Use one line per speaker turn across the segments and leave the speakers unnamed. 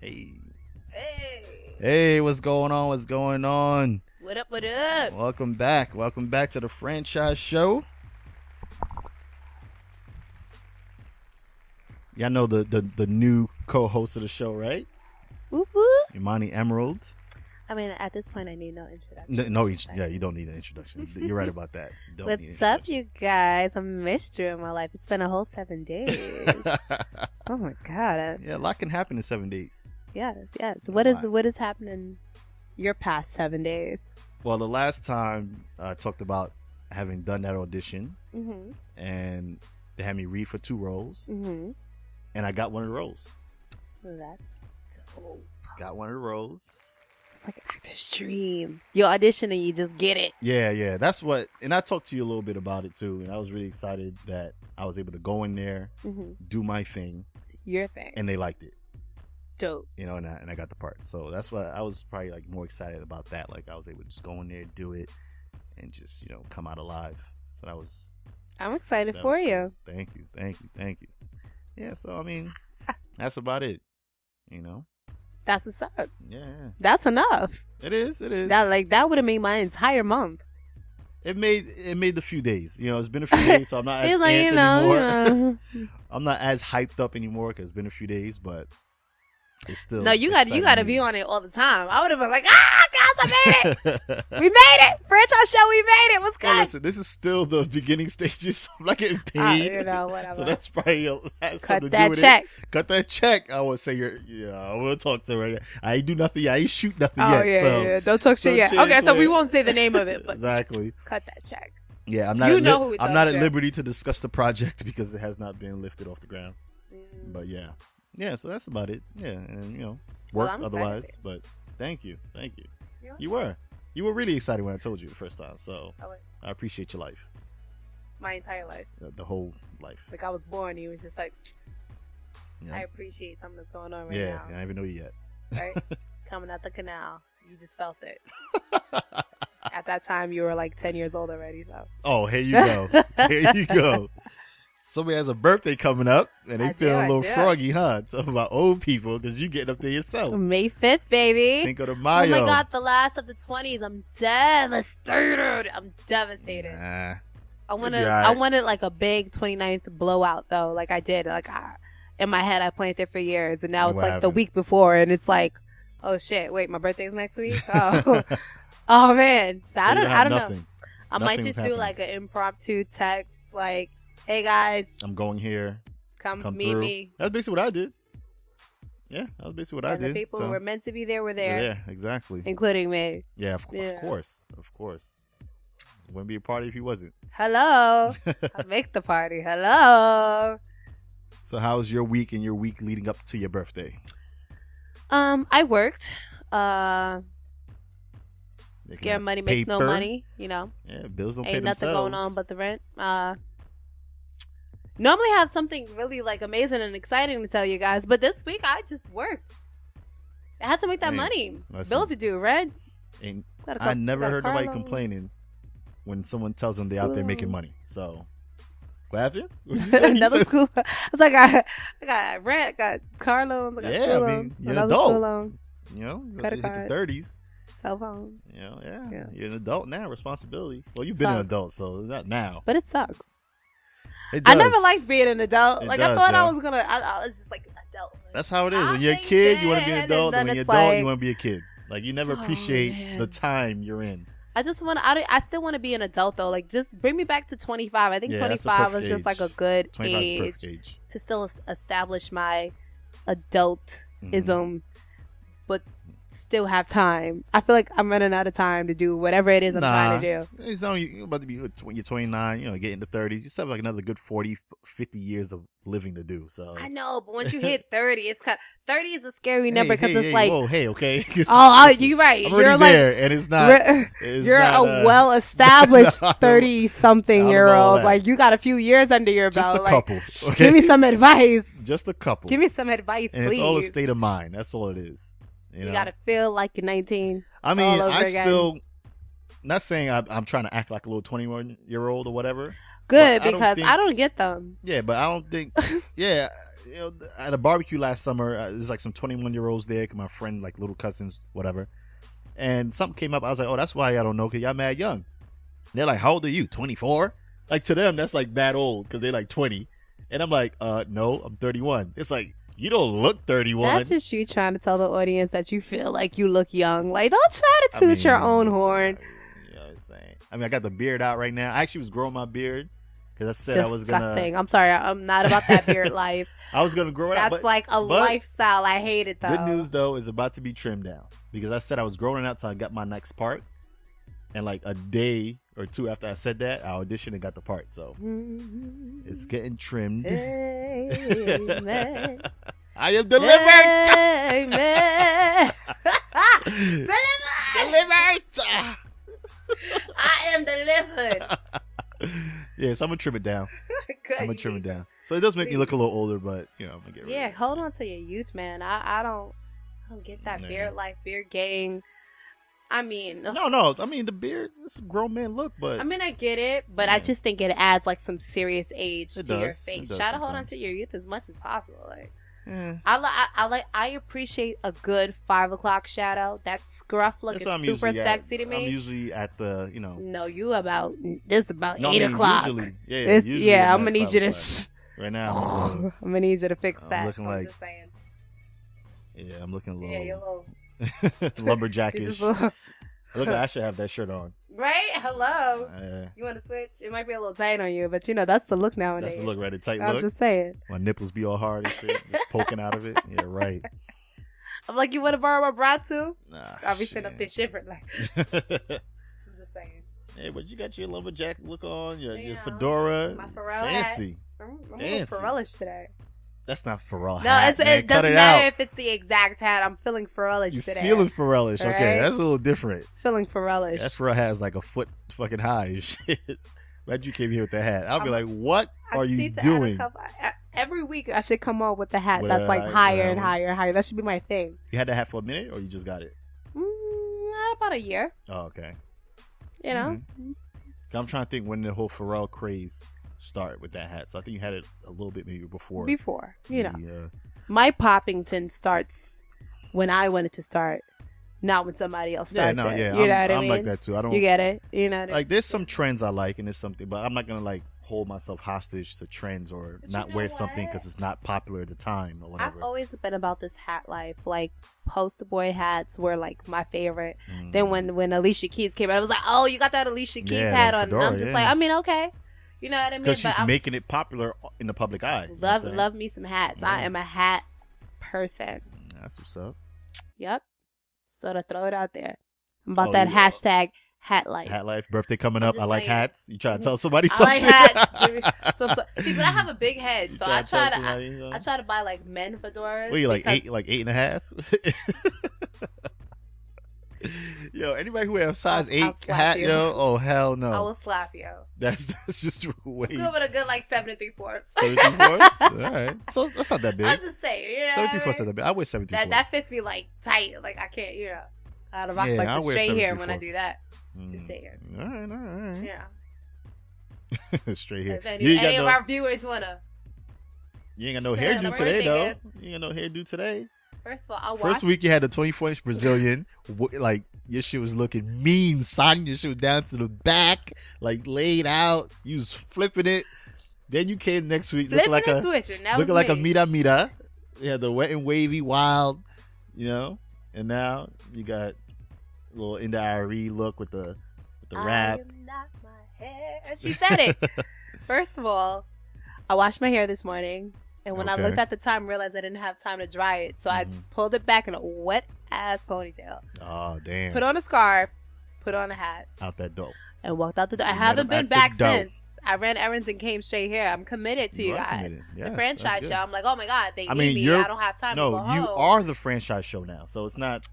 Hey.
Hey,
Hey, what's going on? What's going on?
what up? What up?
Welcome back. Welcome back to the franchise show. Y'all know the, the, the new co host of the show, right?
Whoop whoop.
Imani Emerald.
I mean, at this point, I need no introduction.
No, no, you-
It's like,
yeah, you don't need an introduction. You're right about that. You Don't need an
What's up,
introduction.
you guys? I missed you in my life. It's been a whole seven days. oh my god. I-
yeah, a lot can happen in seven days.
Yes, yes.
A
What is
lot.
what is happening? Your past seven days.
Well, the last time I talked about having done that audition,
Mhm.
and they had me read for two roles,
Mhm.
and I got one of the roles.
So that's dope.
Got one of the roles.
It's like actor's dream. You audition and you just get it.
Yeah, yeah, that's what. And I talked to you a little bit about it too, and I was really excited that I was able to go in there,
Mhm.
do my thing,
Your thing.
and they liked it.
dope.
You know, and I, and I got the part. So that's why I was probably like more excited about that. Like I was able to just go in there, do it, and just you know come out alive. So that was
I'm excited
That
for
was cool.
you.
Thank you, thank you, thank you. Yeah, so I mean, that's about it. You know,
That's what's up.
yeah, yeah.
That's enough.
it is, it is.
That like that would have made my entire month.
it made it made the few days. You know, it's been a few days, so I'm not as
It's like you
amped
know,
anymore.
you know.
I'm not as hyped up anymore because it's been a few days, but it's still.
no, you got to you
exciting
got to be
news.
on it all the time. I would have been like, ah, guys, I made it, we made it, franchise show, we made it. What's
Well,
good?
listen, this is still the beginning stages. So I'm not getting
Ah,
paid.
you know,
So
whatever.
that's probably a, has something to
Cut
do
that
with
check.
it. Cut that check. I will say you're. Yeah, I will talk to her. yet. I ain't do nothing. Yet. I ain't shoot nothing
Oh
yet.
yeah,
so.
yeah. Don't talk
so
shit yet.
cheers
Okay, so
to
we
it.
won't say the name of it, but
exactly.
cut that check.
Yeah, I'm not.
You
at
know who it
I'm not
does,
at
yeah.
liberty to discuss the project because it has not been lifted off the ground.
Mm,
But yeah, yeah. So that's about it. Yeah, and you know,
Well,
work
I'm excited.
otherwise. But thank you, thank you.
You're
You were, you were really excited when I told you the first time. So
I was-
I appreciate your life,
My entire life,
the, the whole life.
like I was born, he was just like,
You know?
I appreciate something that's going on right
yeah,
now,
I don't even know you
right? Coming out the canal, you just felt it.
yet.
At that time, you were like 10 years old already, so.
oh, here you go, here you go. Somebody has a birthday coming up, and they
I do,
feeling
I
a little
do.
froggy, huh? Talking about old people because you getting up there yourself.
May 5th, baby.
Cinco de
Oh
Mayo.
my god, the last of the twenties. I'm devastated. I'm devastated.
Nah.
I wanted
be
I
alright.
wanted like a big 29th blowout though. Like I did. Like I, in my head I planned it for years and now
And
it's
what
like the
happened?
week before and it's like, oh shit, wait, my birthday's next week? Oh, oh man. So I
So you
don't I
have
don't know.
nothing.
I might
Nothing's
just do
happening.
like an impromptu text like, Hey guys,
I'm going here.
come,
Come
meet
through.
me.
That's basically what I did. Yeah, that was basically what I
and
did.
the people
so
who were meant to be there were
we're
there,
Exactly.
including me.
Yeah of,
Yeah.
of course. Of course. Wouldn't be a party if you wasn't.
Hello. I make the party. Hello.
so how was your week and your week leading up to your birthday?
Um, I worked. Uh,
Making
scare
that
money makes no
paper.
money. You know,
Yeah, bills don't pay
ain't nothing
themselves.
going on but the rent. Uh, normally I have something really like amazing and exciting to tell you guys, but this week I just worked. I had to make that
Hey,
money.
listen.
Bills to do, rent.
And
Gotta
I
go-
never
gotta
heard
car
nobody
loan.
complaining when someone tells them they're out there making
Ooh.
money. So what happened? What'd you say? You
Another
said-
school. I was like, I, I got rent, I got car loans, I got
Yeah,
school
I mean,
loans,
you're an
another school
adult.
loan,
You know, once
Credit
you hit the
card.
thirties.
cell phone.
You know, yeah.
Yeah.
You're an adult now, responsibility. Well, you've been an
Sucks.
adult, so not now.
But it sucks.
It
I never
does.
liked being an adult.
It
like I
does,
thought
yeah.
I was gonna. I, I was just like adult.
That's how it is. When
I
you're a
think
kid, you want to be an
that,
adult,
and
and
then
when you're
it's
adult, you
like-
want to be a kid. Like you never
Oh,
appreciate the
man.
time you're in.
I just want. to I, don't- I still want to be an adult though. Like just bring me back to 25. I think
Yeah, that's the
25 was
perfect
just like a
age.
good
25 is the
age
perfect age.
to still es- establish my adultism,
Mhm.
but still have time. I feel like I'm running out of time to do whatever it is I'm trying to do.
It's not you- you're about to be when you're 29, you know, get into 30s. You still have like another good 40, 50 years of living to do. So
I know, but once you hit 30, it's kind. 30 is a scary
hey,
number because
hey,
it's
hey,
like,
whoa, hey, okay.
oh, I, you're right.
I'm already
you're like.
there, and it's not.
re-
It's
You're
not,
a
uh,
well established
I don't-
thirty something
I don't
year
know all
old.
that.
Like you got a few years under your
just
belt.
a
like
couple. Okay?
give me some advice.
just a couple.
Give me some advice,
and
please.
it's all a state of mind. That's all it is. You,
you
know?
gotta feel like you're nineteen.
I mean,
all over
I
again.
still not saying I, I'm trying to act like a little 21 year old or whatever. I
Good
don't
because
think-
I don't get them.
Yeah, but I don't think. yeah, you know, at a barbecue last summer, uh, there's like some 21 year olds there, my friend, like little cousins, whatever. And something came up. I was like, oh, that's why I don't know, cause y'all mad young. They're like, how old are you? 24? Like to them, that's like mad old, cause they're like 20. And I'm like, uh, no, I'm 31. It's like you don't look 31.
That's just you trying to tell the audience that you feel like you look young. Like, don't try to toot your own
it's-
horn.
You know what I'm saying? I mean, I got the beard out right now. I actually was growing my beard because I said I was
Disgusting.
gonna,
I'm sorry. I'm not about that beard life.
I was gonna grow it out.
That's
But
like a
but-
lifestyle. I hate it though.
good news though is about to be trimmed down because I said I was growing it out till I got my next part, and like a day or two after I said that, I auditioned and got the part. So it's getting trimmed.
Amen.
I am delivered.
Amen. delivered.
delivered.
I am delivered.
yeah, so I'm gonna trim it down.
Good.
I'm gonna trim it down. So it does make me look a little older, but you know I'm gonna get rid
Yeah,
of it.
hold on to your youth, man. I, I don't I don't get that
Yeah.
beard life, beard gang. I mean,
No, no. I mean the beard, it's a grown man look, but
I mean, I get it, but I
Yeah.
just think it adds like some serious age
It
to your
does. It
face.
does
Try to hold on
sometimes.
to your youth as much as possible. Like,
eh,
I like, I, I like, I appreciate a good five o'clock shadow. That scruff look
that's
is
what I'm
super
usually
sexy
at.
to me.
I'm usually at the you know.
no, you about this about
No, I
eight
mean,
o'clock.
Usually, yeah,
It's-
usually
yeah,
at
I'm gonna need
five
you to.
o'clock. Right now, I'm, a
I'm
little-
gonna need you to fix
I'm
that.
looking
I'm
like-
just saying.
yeah, I'm looking a little,
Yeah, you're a little. you're
lumberjackish.
just a little
Look, I should have that shirt on.
right? Hello.
Uh,
You want to switch? It might be a little tight on you, but you know that's the look nowadays.
that's the look, right? The tight
I'm
look.
just saying.
My nipples be all hard and shit, just poking out of it. Yeah, right.
I'm like, you want to borrow my bra too?
Nah,
I'll be sitting up there
shit.
shivering. Like, I'm just saying.
hey, but you got your lumberjack look on, your, your
Yeah.
fedora,
My Pharrell hat.
fancy.
I'm, I'm a little
Fancy.
Pharrellish today.
That's not Pharrell.
No,
hat,
it's,
man.
it
Cut
doesn't
it
matter
out.
if it's the exact hat. I'm feeling Pharrellish
You
today.
feeling Pharrellish? Okay,
Right?
that's a little different.
feeling Pharrellish.
That Pharrell has like a foot fucking high and shit. Imagine you came here with that hat. I'll be like, what
I
are
just
you
need to add a
doing?
couple- I- I- every week I should come on with a hat
With
that's
a
like
high- high
higher and
one.
higher, higher. That should be my thing.
You had that hat for a minute, or you just got it?
Mm, not about a year,
Oh, okay.
you know.
Mm-hmm. I'm trying to think when the whole Pharrell craze started with that hat. So I think you had it a little bit maybe before.
Before, you know,
the, uh,
my poppington starts when I wanted to start, not when somebody else
yeah,
starts
no,
it.
yeah.
you
I'm,
know what I
I'm
mean?
like that too. I don't
You get it? You know what I mean?
like. There's some trends I like, and there's something, but I'm not gonna like hold myself hostage to trends or
But you
not
know
wear something
what?
because it's not popular at the time or whatever.
I've always been about this hat life. Like poster boy hats were like my favorite.
Mm.
Then when when Alicia Keys came out, I was like, oh, you got that Alicia Keys
Yeah,
hat
the
on. and
fedora,
I'm just
yeah.
like, I mean, okay, you know what I mean?
because she's
I'm-
making it popular in the public eye. you know
love
what I'm
love me some hats. I
Yeah.
am a hat person.
saying? That's what's up.
Yep. So to throw it out there, I'm about
Oh,
that
you-
hashtag hat life.
Hat life, birthday coming
I'm
up. I
just
like
saying.
hats. You try to tell somebody
I like
something.
hats. Give me some- so- see, but I have a big head,
You
so I
tell
try to I,
somebody, you know?
I try to buy like men fedoras.
What are you like
because-
eight, like eight and a half? yo, anybody who has size
I'll- I'll
eight
slap
hat,
you.
yo, oh hell
I
no,
will slap you.
that's that's just way
Good with a good like seventy three fourths.
seventy fourths. All right, so that's not that
I'm
big.
just saying, you know. what I
Seventy fourths
mean?
not that big. I wear seventy
That
fourths.
that fits me like tight. Like I can't, you know. I don't rock
Yeah,
like
I
the
wear
straight hair when I
74.
do that.
Mm.
just saying.
All right, all right,
Yeah.
straight here.
If any,
Hmm? You ain't
any
got
of
no,
our viewers wanna,
you ain't got no
Yeah,
hairdo
my
today
birthday
though.
hair.
You ain't got no hairdo today.
first of all, I'll wash.
First week you had the 24 inch Brazilian, w- like your shit was looking mean, son. Your shit was down to the back, like laid out. You was flipping it. Then you came next week looking
flipping
like
and
a
switching. That
looking
was
like a
me.
mira mira. You had the wet and wavy wild, you know. And now you got a little in the IRE look with the with the wrap.
I am not my hair. She said it. First of all, I washed my hair this morning, and when
Okay. Mm-hmm.
I looked at the time, realized I didn't have time to dry it, so I just pulled it back in a wet ass ponytail,
oh damn!
put on a scarf, put on a hat,
out that dope.
and walked out the door. I
You met him
haven't
at
been
the
back
door.
since. I ran errands and came straight here. I'm committed to you,
are
guys.
committed. Yes,
the
that's
franchise
good.
show. I'm like, oh my god, they
I
need
mean,
me.
you're-
I don't have time
No,
to go
you
home.
are the franchise show now, so it's not.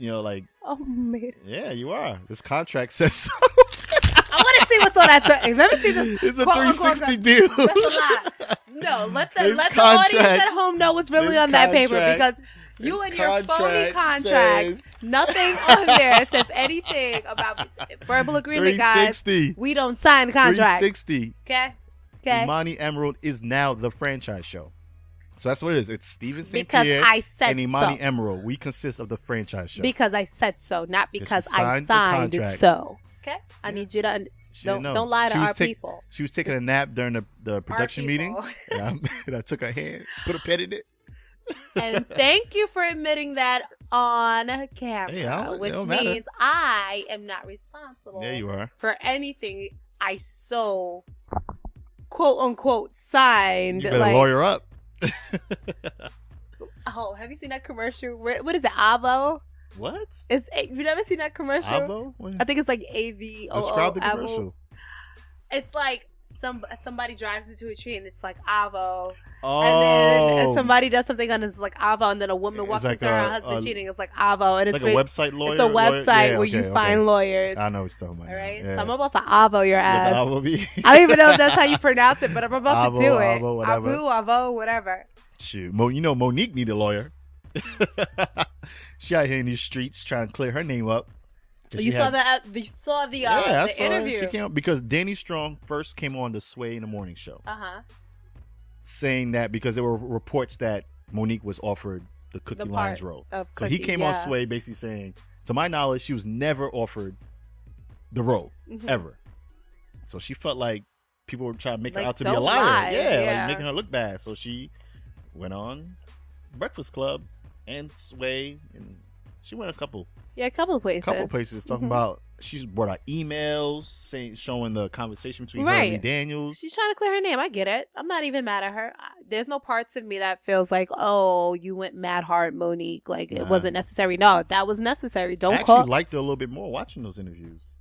You know, like
Oh man,
Yeah, you are. This contract says so.
I want to see what's on that. Tra- Let me see this.
It's a
Quote, unquote,
360 deal.
That's a lie. No, let the
This
let the
contract-
audience at home know what's really
this
on that paper because
contract-
you
This
and your phony contract,
says
nothing on there says anything about verbal agreement, guys.
360.
We don't sign contracts.
360.
Okay, okay.
Imani Emerald is now the franchise show. So that's what it is. It's Steven St.
because
Pierre
I said
and Imani
so.
Emerald. We consist of the franchise show.
Because I said so, not because
you
I
signed the
signed
contract.
so. Okay, I
Yeah.
need you to un-
She didn't
don't
know.
don't lie to
she was
our
take-
people.
She was taking a nap during the, the production meeting.
people.
And I, and I took her hand, put a pet in it.
and thank you for admitting that on camera,
Hey, I don't- it
which means
don't matter.
I am not responsible
There you are.
for anything I so quote unquote signed.
You better
like,
lawyer up.
oh, have you seen that commercial? Where, what is it? Avo?
What?
It's eh, you never seen that commercial?
Avo? What?
I think it's like A V O O
Describe the
Avo.
commercial.
It's like some somebody drives into a tree and it's like Avo,
Oh,
and then somebody does something and it's like Avo, and then a woman
It's
walks
like
into her
a-
husband
a-
cheating. It's like Avo, and it's
like a
ba-
website lawyer.
it's a
lawyer-
website
yeah,
where
okay,
you
okay.
find lawyers.
I know what you're talking about.
all right,
Yeah.
so I'm about to Avo your
Yeah,
ass.
the Avo be-
I don't even know if that's how you pronounce it, but I'm about
Avo,
to do it.
Avo, whatever.
Avo, Avo, whatever.
Shoot, Mo, you know Monique need a lawyer. she out here in these streets trying to clear her name up. 'Cause
Oh, You
she
saw
had-
that? You saw the uh,
yeah, I
the
saw her.
interview.
She came out because Danny Strong first came on the Sway in the Morning Show,
uh huh.
saying that because there were reports that Monique was offered the Cookie
The
Lines
part.
role.
Of
So he
Cookie,
came
yeah.
on Sway basically saying, to my knowledge, she was never offered the role
Mhm.
ever. So she felt like people were trying to make
Like,
her out to be a
don't
liar.
lie,
Yeah,
yeah.
like making her look bad. So she went on Breakfast Club and Sway, and she went a couple
Yeah, a couple of places.
couple places talking
Mhm.
about. She's brought out emails saying showing the conversation between her and Lee
Right.
Daniels.
She's trying to clear her name. I get it. I'm not even mad at her. I- There's no parts of me that feels like, oh, you went mad hard, Monique. Like it
Nah.
wasn't necessary. No, that was necessary. Don't
I actually
call.
liked her a little bit more watching those interviews.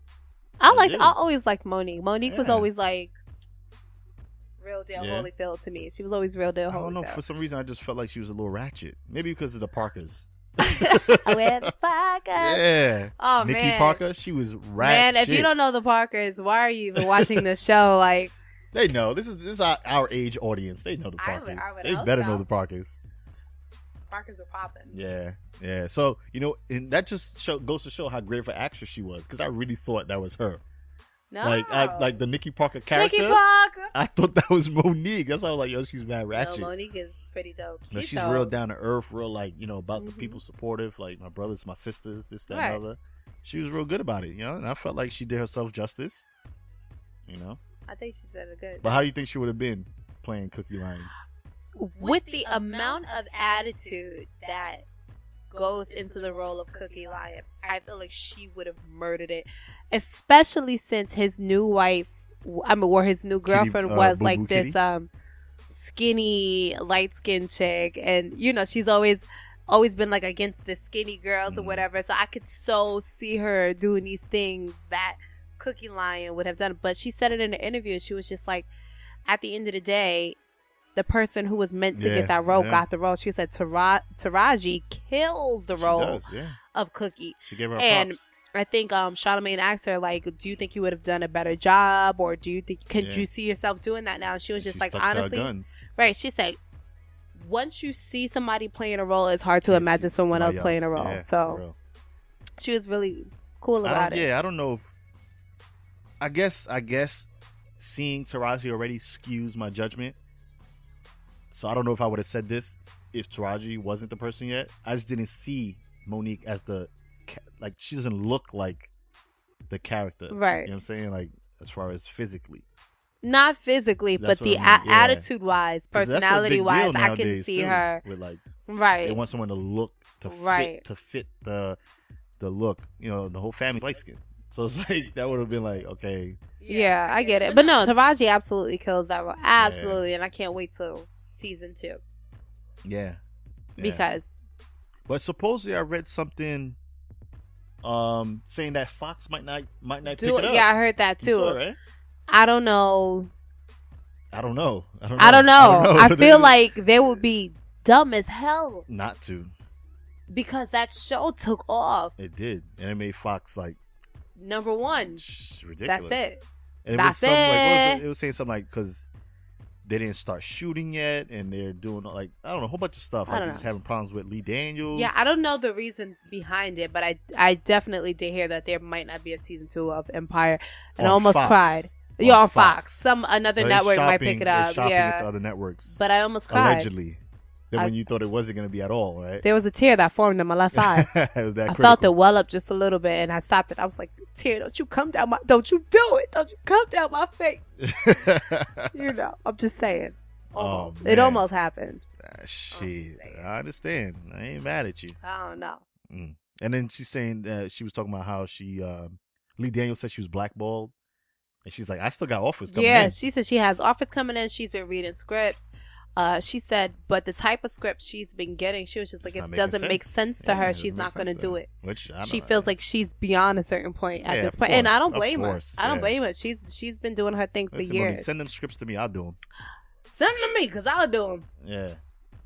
I
I
like.
do.
I always liked Monique. Monique was
Yeah.
always like real deal
Yeah.
Holyfield to me. She was always real deal
I don't know.
Holyfield.
For some reason, I just felt like she was a little ratchet. Maybe because of the Parkers.
I wear the Parker.
yeah.
Oh
Nikki
man.
Parker, she was ratchet.
Man, if you don't know the Parkers, why are you even watching this show? Like,
They know. This is this is our, our age audience. They know the
I would-
Parkers.
I would
they
hope
better
so.
know the Parkers.
Parkers are popping.
Yeah, yeah. So you know, and that just show, goes to show how great of an actress she was. Because I really thought that was her.
No.
Like, I, like the Nikki Parker character.
Nikki Parker.
I thought that was Monique. That's why I was like, yo, she's mad ratchet.
No, Monique is pretty dope.
No, she's
dope.
real down to earth, real like you know about
Mhm.
the people, supportive, like my brothers, my sisters, this, that, and
Right.
other. She was real good about it, you know, and I felt like she did herself justice, you know.
I think she did a good.
But how do you think she would have been playing Cookie Lines?
With the amount of attitude that goes into the role of Cookie Lion, I feel like she would have murdered it, especially since his new wife, I mean, or his new girlfriend
uh,
was
Boo
like
Boo
this
Kitty?
um skinny, light skinned chick, and you know she's always always been like against the skinny girls or
Mhm.
whatever. So I could so see her doing these things that Cookie Lion would have done. But she said it in an interview. and She was just like, at the end of the day, the person who was meant to
Yeah,
get that role
yeah.
got the role. She said Tara- Taraji kills the role
She does, yeah.
of Cookie.
She gave her
And-
props.
I think um Charlamagne asked her like, "Do you think you would have done a better job, or do you think could
Yeah.
you see yourself doing that now?" And she was just
She
like,
stuck to her
honestly,
guns.
right? She said, "Once you see somebody playing a role, it's hard to
Yeah,
imagine
she-
someone else
somebody
playing a role."
yeah,
so
for real.
she was really oh, cool
I don't-
about it.
yeah, I don't know. If, I guess, I guess, seeing Taraji already skews my judgment. So I don't know if I would have said this if Taraji wasn't the person yet. I just didn't see Monique as the ca- like. She doesn't look like the character. You
Right,
know what I'm saying? Like as far as physically,
not physically,
That's
but
what
the
I mean,
a-
yeah.
attitude wise,
'Cause that's a
personality
big
wise,
deal
I can
nowadays,
see
too,
her.
With like
Right,
they want someone to look to fit
Right.
to fit the the look. You know, the whole family light skin. So it's like that would have been like okay,
Yeah, I get it. But no, Taraji absolutely kills that role. Absolutely. And I can't wait till season two
yeah, yeah.
because
But supposedly I read something um saying that Fox might not might not
do,
pick it up.
yeah, I heard that
You
too.
saw it, right?
I don't know.
I don't know. I don't know.
I don't know. I, feel
They-
like they would be dumb as hell
not to.
because that show took off.
It did, and it made Fox like
Number one.
sh- ridiculous.
it.
And it
That's
was something like what
it.
was it? it was saying something like because they didn't start shooting yet, and they're doing like I don't know a whole bunch of stuff.
I
Like
don't
they're
know.
just having problems with Lee Daniels.
Yeah, I don't know the reasons behind it, but I I definitely did hear that there might not be a season two of Empire, and I
On
almost
Fox.
cried.
On
yeah, on Fox.
Fox.
Some another
But it's
network might pick
shopping- it's
it up.
shopping it
Yeah,
to other networks
but I almost cried.
allegedly. than
I-
when you thought it wasn't going to be at all, right?
There was a tear that formed in my left eye.
it was that
I
critical.
felt it well up just a little bit, and I stopped it. I was like, "Tear, don't you come down my, don't you do it, don't you come down my face."
Ah,
You know, I'm just saying.
Oh,
Almost,
man.
it almost happened.
Ah, shit,
saying.
I understand. I ain't mad at you.
I don't know.
And then she's saying that she was talking about how she um, Lee Daniels said she was blackballed, and she's like, I still got offers coming
yeah,
in.
she said she has offers coming in. She's been reading scripts. Uh, she said, but the type of script she's been getting, she was just like,
It's not
it
making
doesn't make
sense.
sense to
Yeah, it
her.
doesn't
She's
make
not going to
sense to
do
her.
it.
Which I
She
know,
feels
yeah.
like she's beyond a certain point at
Yeah,
this
of
point, and I
course,
don't
of
blame
course,
her. I don't
yeah.
blame her. She's she's been doing her thing for
Listen, mommy,
years.
send them scripts to me. I'll do them.
Send them to me, cause I'll do them.
Yeah,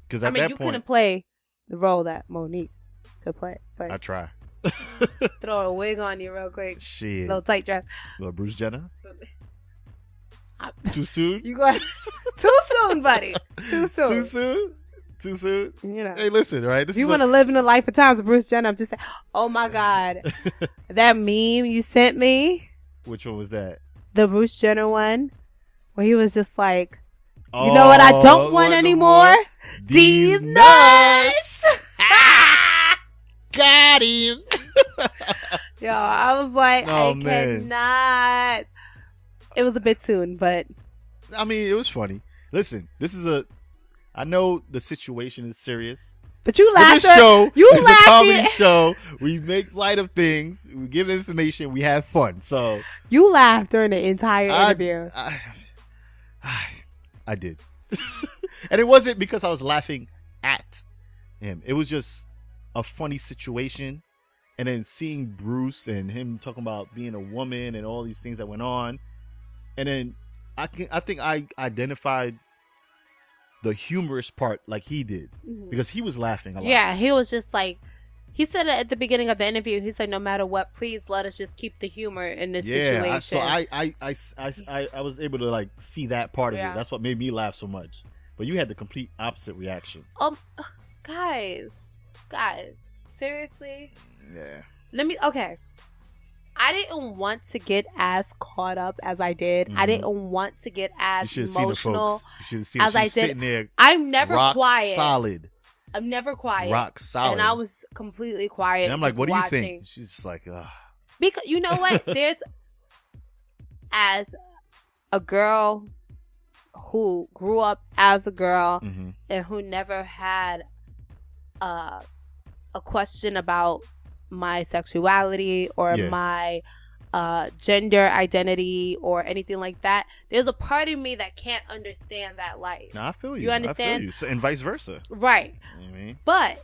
because at
I mean,
that
you
point,
couldn't play the role that Monique could play. But
I try.
throw a wig on you real quick,
Shit,
little tight dress.
Little Bruce Jenner.
I-
Too soon.
You going too soon, buddy. Too soon.
Too soon. Too soon.
You know.
Hey, listen, right? This
If you
is
want to live in the life of times of Bruce Jenner, I'm just saying, oh my God. that meme you sent me,
a, which one was that?
the Bruce Jenner one, where he was just like, you know what I
Oh,
don't want
no
anymore?
more.
These nuts!
Got him.
Yo, I was like,
Oh,
I
man.
cannot. It was a bit soon, but
I mean, it was funny. Listen, this is a. I know the situation is serious.
but you
But
laughed.
this show
you
is a
laughed
comedy
it.
show. We make light of things. We give information. We have fun. So
You laughed during the entire
I-
interview.
I, I did, and it wasn't because I was laughing at him. It was just a funny situation, and then seeing Bruce and him talking about being a woman and all these things that went on, and then I can I think I identified the humorous part like he did
Mm-hmm.
because he was laughing a lot.
Yeah, he was just like, he said it at the beginning of the interview. He said, no matter what, please let us just keep the humor in this
yeah, I, so
situation.
I I, I, I, I I was able to like see that part of
Yeah.
it. That's what made me laugh so much. But you had the complete opposite reaction.
Um, guys, guys, seriously.
Yeah.
Let me. Okay, I didn't want to get as caught up as I did. I
Mhm.
didn't want to get
You
as
should have seen the
emotional.
folks. You should have seen as
as I
I
did-
sitting there
I'm never
rock
quiet.
solid.
I'm never quiet.
Rock solid.
And I was completely quiet.
And I'm like,
just
what do you
watching.
think? She's just like, Ugh.
Because you know what? There's as a girl who grew up as a girl
hmm
and who never had uh, a question about my sexuality or
Yeah.
my uh, gender identity or anything like that. There's a part of me that can't understand that life.
Nah, I feel you.
You
I
understand?
feel you. So- And vice versa.
Right.
You know what I mean?
but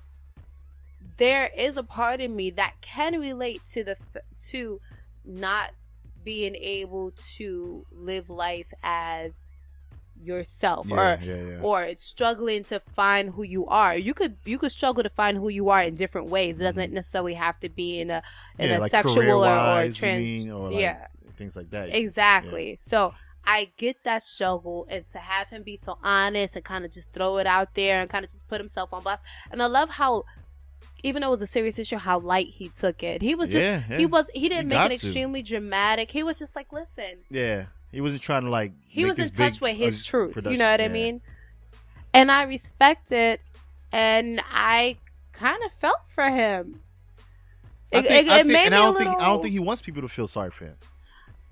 there is a part of me that can relate to the f- to not being able to live life as yourself
Yeah, yeah, yeah.
or or struggling to find who you are you could you could struggle to find who you are in different ways it doesn't necessarily have to be in a in
Mm-hmm. yeah,
a
like
sexual or, or
career-wise, you
trans
mean, or like
yeah
things like that.
exactly so i get that struggle and to have him be so honest and kind of just throw it out there and kind of just put himself on blast and i love how even though it was a serious issue how light he took it he was just
yeah, yeah.
he was he didn't make
got
it
to.
extremely dramatic he was just like listen
yeah. He wasn't trying to like.
he
make
was in
this big,
touch with his
uh,
truth. You
production.
know what I
Yeah.
mean? And I respect it, and I kind of felt for him.
I
It,
think-
it-
I
it
think-
made
and
me
I don't
a little.
think I don't think he wants people to feel sorry for him.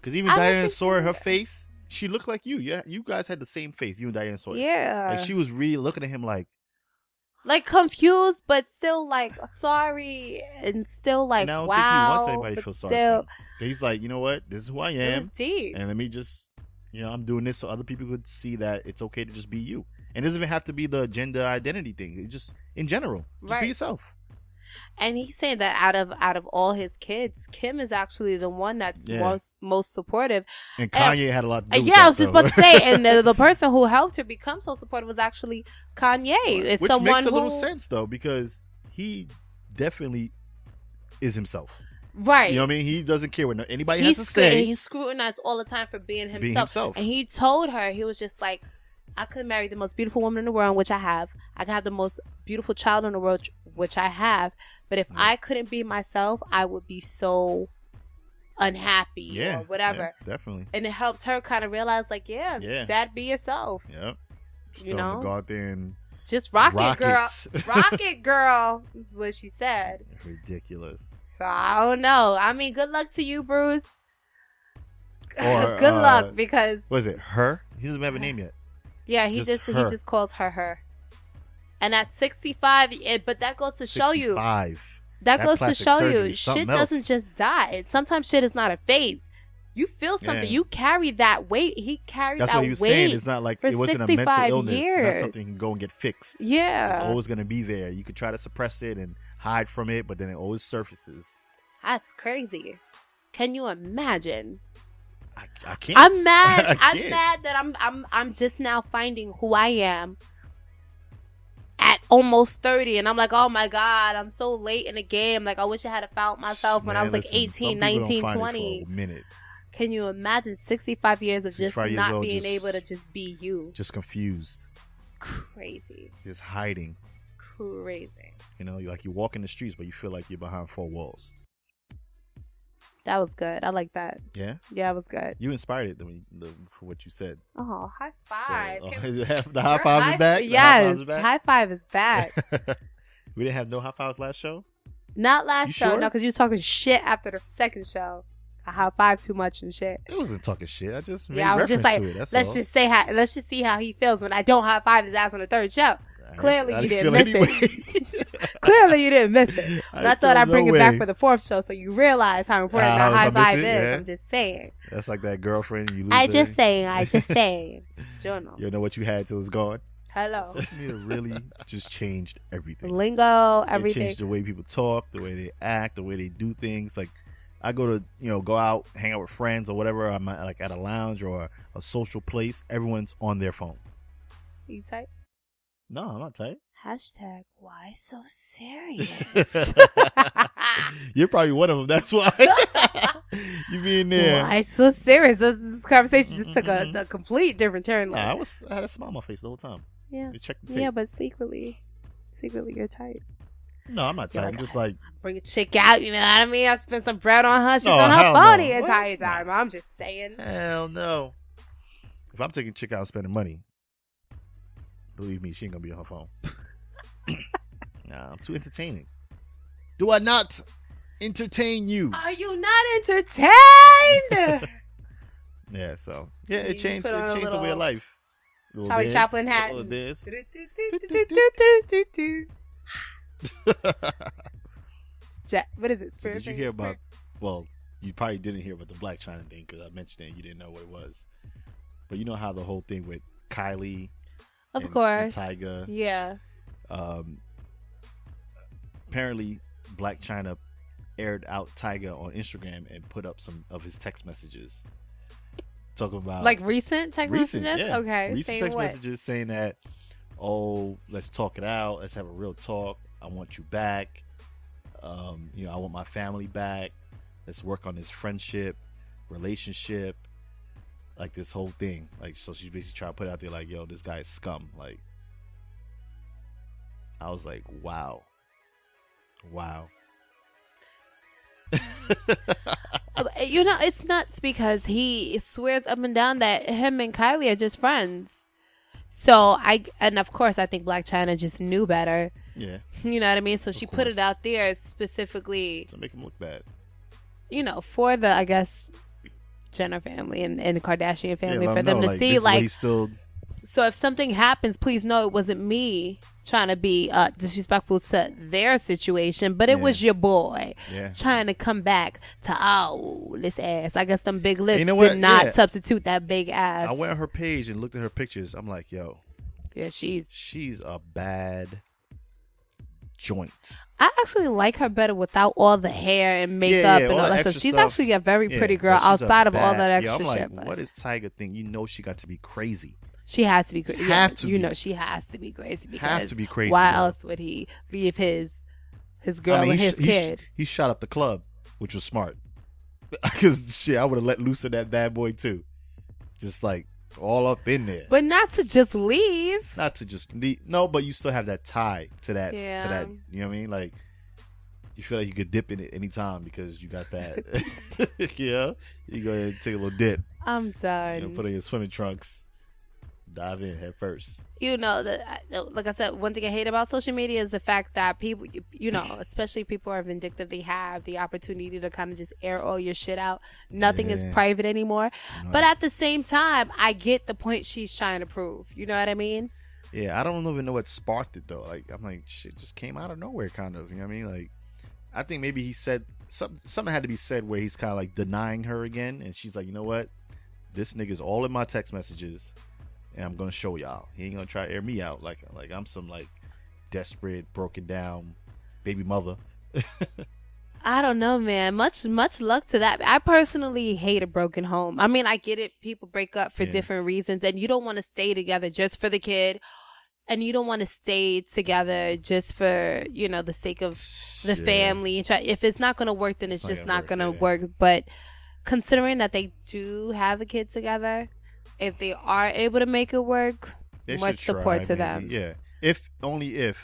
Because even
I don't
Diane
think so
Sawyer, her
either.
face, she looked like you. Yeah, you guys had the same face. You and Diane Sawyer.
yeah,
Like she was really looking at him like,
like confused, but still like sorry, and still like
and I don't think
wow.
he wants anybody to
but
feel sorry.
still,
for him. He's like, you know what? This is who I
it was
am,
deep.
and let me just, you know, I'm doing this so other people could see that it's okay to just be you. And it doesn't even have to be the gender identity thing. It just in general, just
Right.
be yourself.
And he's saying that out of out of all his kids, Kim is actually the one that's
Yeah.
most most supportive.
And
And-
Kanye had a lot to do
And
with
yeah, I
that,
was just
though.
about to say, and the, the person who helped her become so supportive was actually Kanye. It's
Which
someone
makes a little
who,
sense though, because he definitely is himself.
right?
You know what I mean? He doesn't care what no- anybody
he's,
has to say.
he's scrutinized all the time for being himself.
Being himself.
And he told her he was just like, I could marry the most beautiful woman in the world, which I have. I could have the most beautiful child in the world, which I have. But if
Yeah.
I couldn't be myself, I would be so unhappy
yeah,
or whatever.
yeah, definitely.
And it helps her kind of realize, like, yeah,
Yeah.
that be yourself.
Yeah. Just
You
tell him
know?
to go out there and
Just rock it, girl.
Rocket.
rock it, girl. Is what she said.
Ridiculous.
So I don't know. I mean, good luck to you, Bruce.
Or,
good
uh,
luck because
What is it? Her? He doesn't have a name yet.
yeah, he just,
just
he
her.
just calls her her. And at 65, it, but that goes to show you.
Five.
That,
That
goes to
plastic
show
surgery
you
is something
shit
else.
doesn't just die. It, sometimes shit is not a phase. You feel something.
Yeah.
You carry that weight. He carried
That's
that
what he was
weight.
saying. It's not like
for
it wasn't a mental
65
illness. That's
years.
something you can go and get fixed. It's
yeah,
always going to be there. You could try to suppress it and hide from it, but then it always surfaces.
that's crazy. Can you imagine?
I, I can't.
I'm mad.
I
I'm
can't.
mad that I'm I'm I'm just now finding who I am at almost 30 and I'm like, "Oh my god, I'm so late in the game. Like I wish I had found myself when I
Man,
was like
listen,
18,
some people don't
19,
find it
20."
For a minute.
Can you imagine 65 years of just
65 years
not
old,
being
just-
able to just be you?
Just confused.
Crazy.
Just hiding.
Crazy.
You know, you like you walk in the streets, but you feel like you're behind four walls.
That was good. I like that.
Yeah?
Yeah, it was good.
You inspired it when you- the- for what you said.
Oh, high
So,
five.
uh,
Can-
the high fives
high-
is back. The high
Yes,
fives is back.
high five is back.
we didn't have no high fives last show.
Not last
You
show,
sure?
no, because you was talking shit after the second show. I high five too much and shit.
It wasn't talking shit. I just made
Yeah, I was
reference
just like,
to it. That's
let's
all.
just say how, let's just see how he feels when I don't high five his ass on the third show.
I
clearly
I
you didn't
feel
miss
it.
Clearly, you didn't miss it. But I, thought
feel
I'd bring
no
it back
way.
for the fourth show, so you realize how important
Ah,
that
if I
high
miss
five
it,
is.
yeah.
I'm just saying.
That's like that girlfriend you lose.
I
her.
just saying. I just saying. Journal.
You know what you had till it's gone.
Hello.
Social media really just changed everything.
Lingo.
It
Everything.
changed the way people talk, the way they act, the way they do things. Like I go to you know go out, hang out with friends or whatever. I'm at, like at a lounge or a social place. Everyone's on their phone.
You type
No, I'm not tight.
hashtag. Why so serious?
You're probably one of them. That's why you being there.
Why so serious? This, this conversation just took a,
Mm-mm-mm.
a complete different turn.
Nah, I
Like,
was I had a smile on my face the whole time.
yeah,
You check the tape.
yeah, but secretly, secretly you're tight.
no, I'm not
You're
tight. I'm
like,
just like
Bring a chick out, you know what I mean? I spent some bread on her. She's
No,
on her
Oh, hell no.
body the entire
What?
time. I'm just saying.
hell no. If I'm taking chick out and spending money, believe me, she ain't gonna be on her phone. nah, I'm too entertaining. Do I not entertain you?
Are you not entertained?
Yeah, so yeah,
You
it changed.
put
It
on a
changed the way
little
of life. Little
Charlie
this,
Chaplin hat
little
and-
this.
Ja- what is it?
So did
Spirit
you
Fairy-
hear about?
Spirit-
Well, you probably didn't hear about the Black China thing because I mentioned it. and You didn't know what it was, but you know how the whole thing with Kylie, and-
Of
and
course.
Tyga.
Yeah.
Um, apparently, Black China aired out Tyga on Instagram and put up some of his text messages, talking about
Like recent text
Uh, recent,
messages?
yeah,
Okay.
recent
saying
text
what?
messages saying that, oh, let's talk it out, let's have a real talk. I want you back. Um, you know, I want my family back. Let's work on this friendship, relationship, like this whole thing. Like, so she's basically trying to put it out there, like, yo, this guy is scum. Like, I was like, wow, wow.
Uh, You know, it's nuts because he swears up and down that him and Kylie are just friends. So I and of course I think Black China just knew better.
yeah,
You know what I mean? So
Of
she put
course.
it out there specifically,
to make him look bad.
you know, for the I guess Jenner family and, and the Kardashian
Yeah,
family
let
for
him
them
know,
to
like, this
see
is what
like
he's still
so if something happens, please know it wasn't me trying to be uh, disrespectful to their situation, but it
Yeah.
was your boy
yeah.
trying to come back to oh this ass. I guess them big lips
You know what?
did not
Yeah.
substitute that big ass.
I went on her page and looked at her pictures. I'm like, yo,
yeah, she's.
she's a bad joint.
I actually like her better without all the hair and makeup
yeah,
and
all that
all, that stuff.
extra
She's
stuff.
actually a very
Yeah,
pretty girl
but she's a
outside of all
bad-
that
Yeah,
extra
I'm like,
shit. but
what is Tiger thing? You know she got to be crazy.
she has to be crazy.
Have to
you
be.
know, she has to be crazy because
Have to be crazy.
why
yo.
else would he leave his his girl
I mean,
and
he,
his
sh- he,
kid?
sh- he shot up the club, which was smart. Because shit, I would have let loose of that bad boy too. Just like all up in there.
But not to just leave.
not to just leave. No, but you still have that tie to that
Yeah.
to that. You know what I mean? Like you feel like you could dip in it anytime because you got that. yeah, you go ahead and take a little dip.
I'm
You
done.
know, put on your swimming trunks. dive in head first.
you know that like i said one thing i hate about social media is the fact that people you- you know especially people who are vindictive they have the opportunity to kind of just air all your shit out nothing
Yeah.
is private anymore but at the same time i get the point she's trying to prove you know what i mean
Yeah, I don't even know what sparked it though. Like I'm like shit just came out of nowhere kind of, you know what I mean? Like I think maybe he said something something had to be said where he's kind of like denying her again and she's like, "You know what? This nigga's all in my text messages and I'm going to show y'all. He ain't going to try to air me out like like I'm some like desperate, broken down baby mother."
I don't know, man. Much much luck to that. I personally hate a broken home. I mean, I get it. People break up for
Yeah.
different reasons, and you don't want to stay together just for the kid, and you don't want to stay together just for you know the sake of the
Yeah.
family. Try if it's not gonna work, then
It's
it's,
not
just
gonna
not
work,
gonna
yeah.
work. But considering that they do have a kid together, if they are able to make it work,
They
much
should try,
support
maybe.
to them.
Yeah. If only if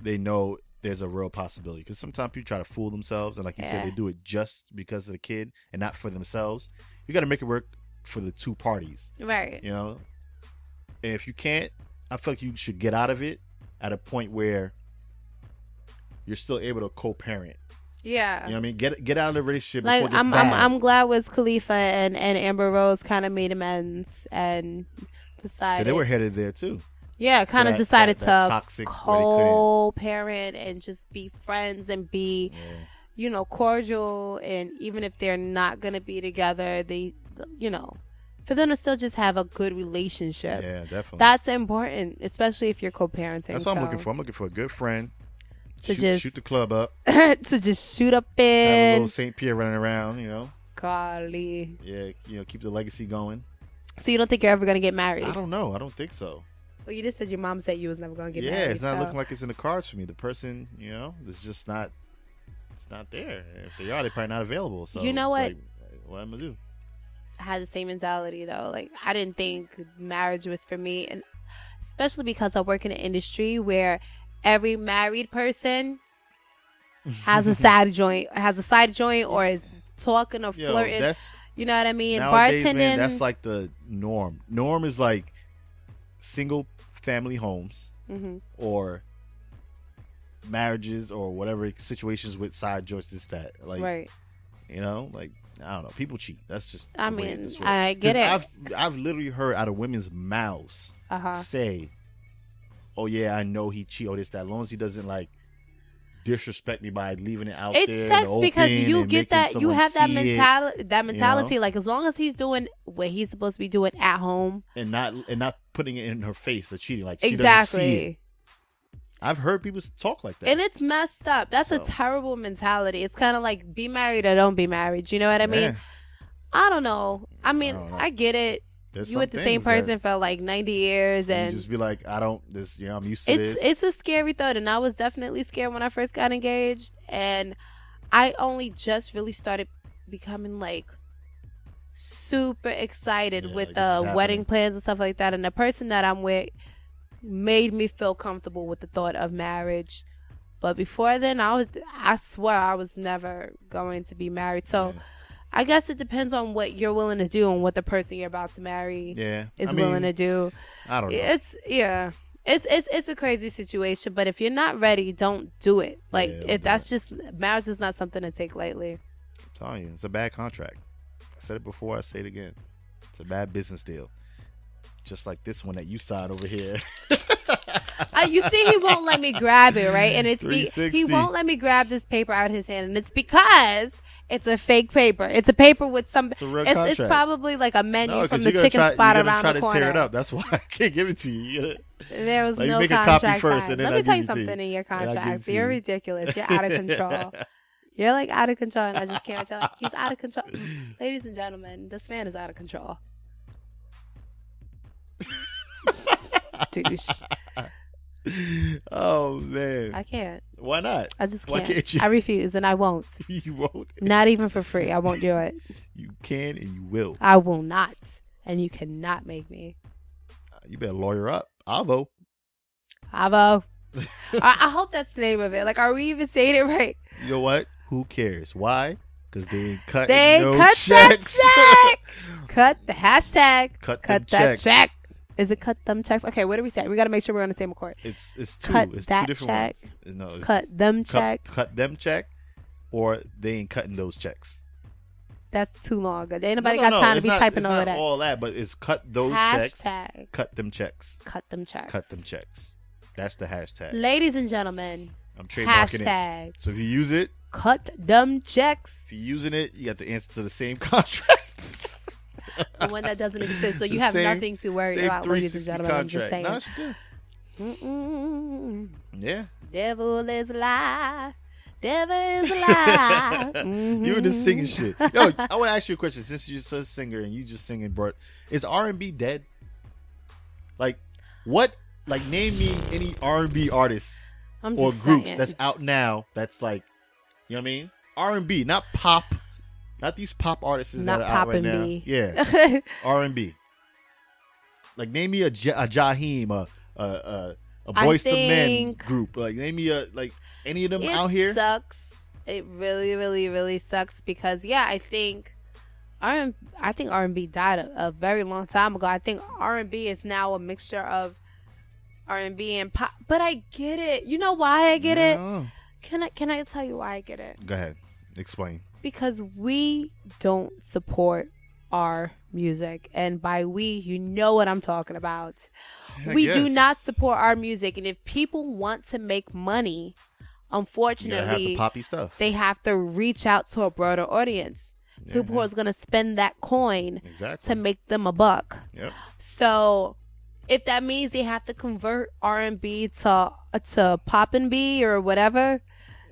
they know there's a real possibility because sometimes people try to fool themselves and like you said
Yeah.
they do it just because of the kid and not for themselves you got to make it work for the two parties
right?
you know and if you can't i feel like you should get out of it at a point where you're still able to co-parent
Yeah.
you know what i mean get get out of the relationship
Like
before it gets
I'm,
bad
I'm, I'm glad Wiz Khalifa and, and Amber Rose kind of made amends and
'Cause
decided,
they were headed there too
yeah, kind
That-
of decided
that- that
to
toxic where they couldn't-
co-parent and just be friends and be,
yeah.
you know, cordial. And even if they're not gonna be together, they, you know, for them to still just have a good relationship.
yeah definitely
That's important, especially if you're co-parenting.
that's what i'm
so.
looking for i'm looking for a good friend
To
shoot,
just-
shoot the club up
to just shoot up
have a
in,
little saint pierre running around you know
golly.
yeah you know keep the legacy going
So you don't think you're ever gonna get married?
I don't know. I don't think so.
Well, you just said your mom said you was never gonna get
yeah,
married.
it's not
so-
looking like it's in the cards for me. The person, you know, it's just not. It's not there. If they are, they're probably not available. So
You know
it's
what?
like, what am I gonna do?
I had the same mentality though. Like I didn't think marriage was for me, and especially because I work in an industry where every married person has a side joint, has a side joint, or is talking or
Yo,
flirting.
that's
you know what I mean?
nowadays,
Bartending.
man. That's like the norm. Norm is like single family homes
Mhm.
or marriages or whatever situations with side joints. This that like
right.
you know like I don't know. People cheat. That's just
I
the way
mean,
this works.
I get
'Cause I've
it.
I've literally heard out of women's mouths
Uh huh.
say, "Oh yeah, I know he cheated or this that." As long as he doesn't like disrespect me by leaving it out
It's
there. in
sucks
the open
because you
and making
get that you
someone
have that
see it
mentality that mentality like as long as he's doing what he's supposed to be doing at home
and not and not putting it in her face. The cheating, like she doesn't
exactly
see it. I've heard people talk like that.
And it's messed up. That's
So-
a terrible mentality. It's kind of like be married or don't be married. You know what I mean?
Yeah,
I don't know. I mean,
don't know.
I, get it.
there's
you with
some
the same
things that
person for like 90 years,
You
and
just be like, I don't. This, you know, I'm used to
it's
this.
it's a scary thought. And I was definitely scared when I first got engaged, and I only just really started becoming like super excited
Yeah,
with
like, this is
uh
happening.
wedding plans and stuff like that. And the person that I'm with made me feel comfortable with the thought of marriage. But before then, I was I swear I was never going to be married. So
yeah.
I guess it depends on what you're willing to do and what the person you're about to marry
yeah.
is
I mean,
willing to do.
I don't know.
It's yeah. It's, it's it's a crazy situation, but if you're not ready, don't do it. Like
Yeah, don't
if
do
that's just marriage is not something to take lightly.
I'm telling you, it's a bad contract. I said it before. I say it again. It's a bad business deal. Just like this one that you signed over here.
I, you see, he won't let me grab it, right? And it's be, he
360.
won't let me grab this paper out of his hand, and it's because it's a fake paper. It's a paper with some.
It's a real
It's,
contract.
it's probably like a menu
no,
from
'cause
the
you're gonna
chicken
try,
spot
you're gonna
around
try
the
to
corner.
tear it up. That's why I can't give it to you. You gotta-
There was
Like,
no
make a copy
contract.
first,
signed.
and then I'll
Let me
give
tell
it to
you
you.
something in your
I'll give it
contract.
to
You're
you.
ridiculous. You're out of control. You're like out of control, and I just can't tell. He's out of control. Ladies and gentlemen, this man is out of control. Douche.
oh man,
I can't.
why not?
I just
Why
can't.
can't you?
I refuse, and I won't.
you won't.
Not even for free. I won't do it.
You can and you will.
I will not, and you cannot make me.
You better lawyer up. I'll vote.
Avo. I, I hope that's the name of it. Like, are we even saying it right?
You know what? Who cares? Why? Because they ain't cut
They
no
cut that
checks.
check. Cut the hashtag.
cut,
Cut
them
that
checks.
check. Is it cut them checks? Okay, what do we say? We got to make sure we're on the same accord.
It's it's two.
Cut
it's
that
two different
check.
ones. No, it's
Cut them check.
cut, cut them check, or they ain't cutting those checks.
That's too long. Ain't
No,
nobody
no,
got
no,
time to
it's
be
not-
typing
it's
all of
not
that.
All that, but it's cut those checks,
hashtag
cut them checks,
cut them checks.
cut them checks. That's the hashtag.
Ladies and gentlemen,
I'm trademarking it.
hashtag
So if you use it,
cut them checks.
if you're using it, you got the answer to the same contract.
The one that doesn't exist, so you
The
have
same-
nothing to worry
same
about, ladies and
360
gentlemen. I'm just
contract.
saying.
Nah, she do.
Mm-mm.
Yeah.
Devil is alive. Devil is alive.
You in the singing
Mhm.
shit. Yo, I want to ask you a question. Since you're such a singer and you just singing, bro, is R and B dead? Like, what? Like, name me any R and B artists
I'm
or
just
groups
saying.
that's out now. That's like, you know what I mean? R and B, not pop, not these pop artists
Not
that are out
pop
right now.
and B.
Yeah, R and B. Like, name me a, Ja- a Jaheim, a a a, a
I
Boyz II Men
think-
group. Like, name me a like any of them
it
out here.
sucks. It really, really, really sucks because yeah, I think R I think R and B died a, a very long time ago. I think R and B is now a mixture of R and B and pop. But I get it. You know why I get it?
No.
Can I can I tell you why I get it?
Go ahead, explain.
Because we don't support our music, and by we, you know what I'm talking about.
I
we do
guess.
not support our music and if people want to make
You
money
gotta have
unfortunately
the poppy stuff.
they have to reach out to a broader audience
Yeah,
people who
yeah.
is going to spend that coin
exactly.
to make them a buck
Yep.
so if that means they have to convert r&b to to pop and b or whatever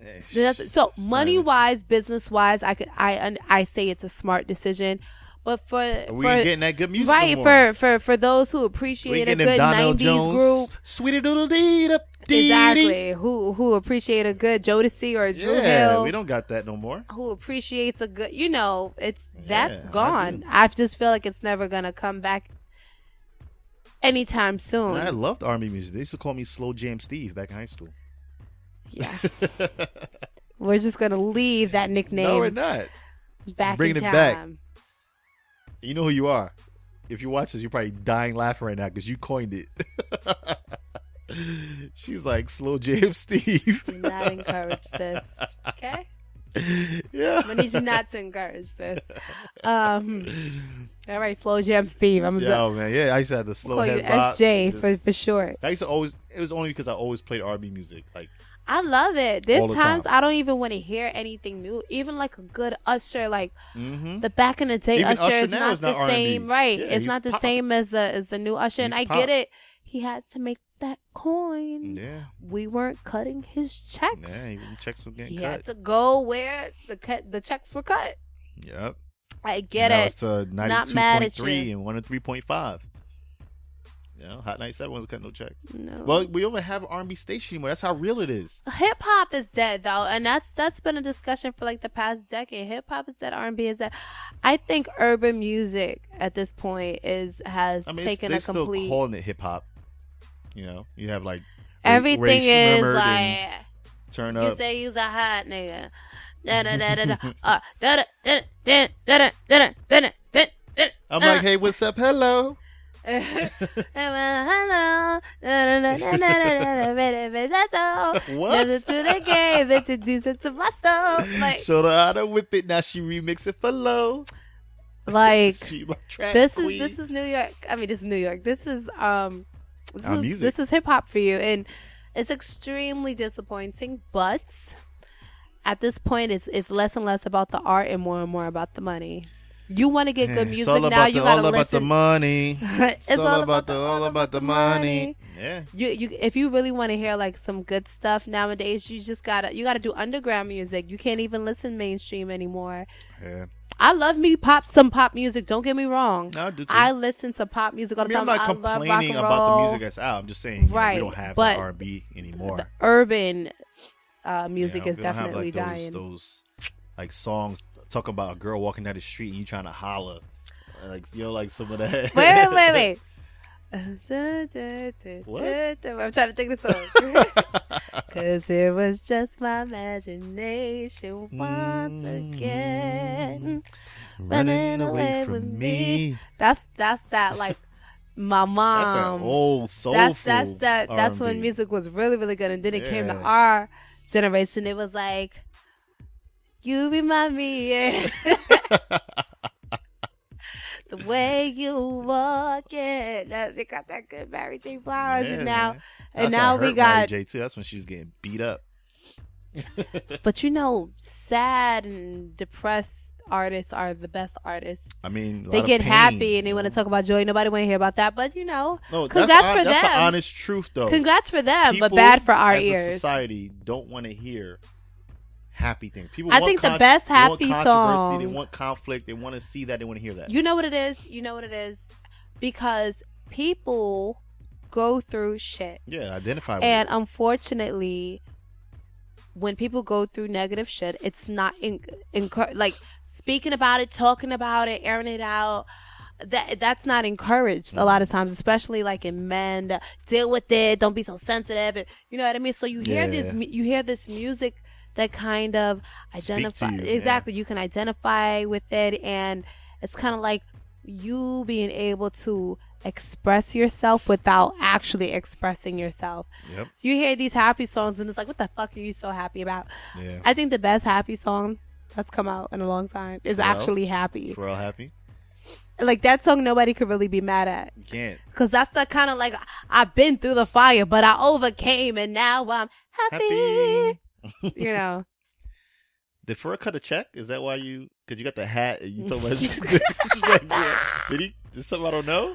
Eh, sh-
then that's, so
it's not
money
even-
wise business wise i could i un- i say it's a smart decision but for
we ain't
for
getting that good music.
right
no more.
for, for for those who
we
appreciate
ain't
a
getting them
good
Donnell
90s
Jones,
group
sweetie doodle dee up dee
Exactly. Who who appreciate a good Jodeci or Drew
Yeah,
Hill?
we don't got that no more.
Who appreciates a good? You know, it's
Yeah,
that's
I
gone.
do.
I, just feel like it's never gonna come back anytime soon.
And I loved army music. They used to call me Slow Jam Steve back in high school.
yeah, we're just gonna leave that nickname
no, we're not.
back
bringing
in
it
time.
back. You know who you are. If you watch this, you're probably dying laughing right now because you coined it. She's like Slow Jam Steve.
Do not encourage this. Okay,
yeah.
I need you not to encourage this. Um, all right, slow jam, Steve. I'm gonna
Yo, man, yeah, I used to have the slow
call you
head bop.
SJ
Just-
for for short.
I used to always. It was only because I always played R&B music. Like,
I love it. There's
All the
times
time.
I don't even want to hear anything new. Even like a good Usher, like
mm-hmm.
the back in the day
Even
Usher,
Usher
is
now
not
is not
the
R&B.
same, right?
Yeah,
it's
he's
not the
pop.
same as the as the new Usher, and
He's
I
pop.
get it. He had to make that coin.
yeah,
We weren't cutting his checks.
yeah, even checks were getting
he
cut.
had to go where the cut the checks were cut.
Yep.
I get
now
it.
It's uh,
Not mad at
92.3 and 103.5. Yeah, Hot 97 was cutting no checks.
No.
Well, we don't even have an R&B station anymore. That's how real it is.
hip hop is dead though, and that's that's been a discussion for like the past decade. Hip hop is dead, R and B is dead. I think urban music at this point is has
I mean, it's,
taken
they're
a
still
complete
calling it hip hop. You know, you have like Ray- Ray
everything is
Schmemmerd
like
and turn
you
up.
say you's a hot nigga. Da da da da da uh, da da da da da da da da da da da
I'm
uh.
like, hey, what's up? Hello.
da hello da da da da da da da da da da da
what?
Never to the game, introduce it to myself. Like,
Showed her how to whip it. Now she remix it for low.
like
she my track
this
queen.
is this is New York. I mean, this is New York. This is um, this
Our
is,
music.
This is hip hop for you, and it's extremely disappointing. But at this point, it's it's less and less about the art and more and more about the money. You want to get
Yeah,
good music
it's all
now?
about
You
the,
gotta
all about the
listen.
money.
it's all, about the
all about the money. Yeah.
You, you if you really want to hear like some good stuff nowadays, you just gotta you gotta do underground music. You can't even listen mainstream anymore.
Yeah.
I love me pop some pop music. Don't get me wrong.
No, I do too.
I listen to pop music all
I
the
mean, I'm
time.
not
I love rock and
complaining
roll,
about the music that's out. I'm just saying you know,
Right,
we don't have
but
that R&B anymore.
the urban uh, music
You know,
is
we don't have,
definitely
like, those,
dying.
Those like songs talking about a girl walking down the street and you trying to holler, like you know, like some of that.
Wait, wait, wait, wait.
What?
I'm trying to think of the song. Cause it was just my imagination once
Mm.
again.
Running away from me.
That's that's that like my
That's that
mom.
old soulful.
Um, that's that's that that's when
R&B.
music was really really good and then it came to
Yeah.
our generation it was like you remind me yeah. the way you walk yeah That- they got that good Mary J Blige
Yeah,
and now
man. That's what
and now we
hurt Mary
got
J too. That's when she was getting beat up.
but you know sad and depressed artists are the best artists
I mean, a
they
lot of
get
pain,
happy and they
you
want to
know?
talk about joy nobody want to hear about that but you know
No,
Congrats
that's, hon-
for
that's the
them.
honest truth though.
congrats for them but
Oh. People
bad for our
As a
ears
society, don't want to hear happy things. People.
I
want
think the
con-
best
they want
happy
controversy,
song
They want conflict. They want to see that. They want to hear that.
You know what it is? You know what it is? Because people go through shit.
yeah, identify with.
And
it.
unfortunately, when people go through negative shit, it's not in, encour- like speaking about it, talking about it, airing it out. That that's not encouraged a lot
Mm-hmm.
of times, especially like in men. the, Deal with it. Don't be so sensitive. and- you know what I mean? So you hear
Yeah.
this, mu- you hear this music that kind of
Speak to
identify
you, yeah.
exactly. You can identify with it, and it's kind of like you being able to express yourself without actually expressing yourself
Yep.
you hear these happy songs and it's like, what the fuck are you so happy about?
Yeah.
I think the best happy song that's come out in a long time is
Well.
actually happy.
We're all happy.
Like that song, nobody could really be mad at,
You can't.
cause that's the kind of like I've been through the fire, but I overcame, and now I'm happy.
Happy.
You know,
Did Pharrell cut a check? Is that why you? Because you got the hat and you told me. Did he? Is something I don't know?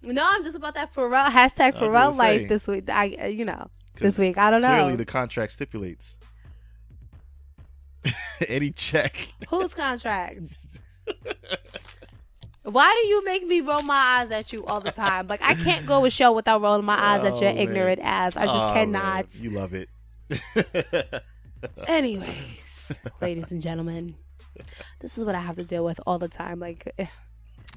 no, I'm just about that Pharrell hashtag
I was
Pharrell
gonna say.
life this week. I, uh, you know,
'Cause
this week I don't
Clearly,
know
the contract stipulates any check.
whose contract. Why do you make me roll my eyes at you all the time? Like I can't go a show without rolling my eyes at
Oh,
your
man. Oh,
ignorant ass. I just
Aw,
cannot.
man, You love it.
Anyways, ladies and gentlemen, this is what I have to deal with all the time. Like, eh,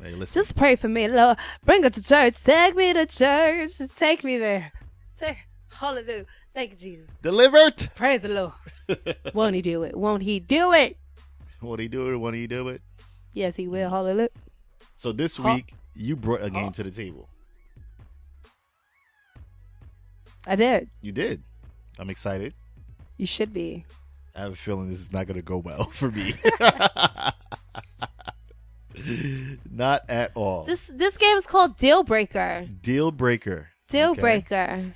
hey, listen.
just pray for me, Lord. Bring her to church. Take me to church. Just take me there. Take, hallelujah. Thank you, Jesus.
Delivered.
Praise the Lord. Won't he do it? Won't he do it?
what do you do? it? What do you do it?
Yes, he will. Hallelujah.
So this
Huh.
week you brought a game
Huh.
to the table.
I did.
You did. I'm excited.
You should be.
I have a feeling this is not going to go well for me. not at all.
This this game is called Deal Breaker.
Deal breaker.
Deal
Okay.
breaker.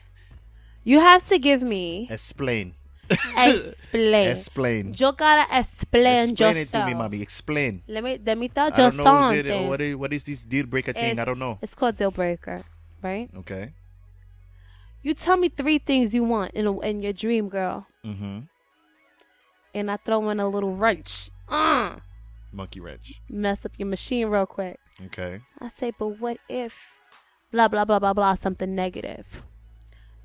You have to give me
Explain.
explain.
Explain.
Yo gotta explain,
Explain it
yourself.
to me, mommy. Explain.
Let me let me tell
I
you
don't know is it, uh,
something.
what is what is this deal breaker thing?
It's-
I don't know.
It's called deal breaker, right?
Okay.
You tell me three things you want in a, in your dream, girl,
Mm-hmm.
and I throw in a little wrench. Uh,
Monkey wrench.
mess up your machine real quick.
Okay.
I say, but what if, blah blah blah blah blah, something negative.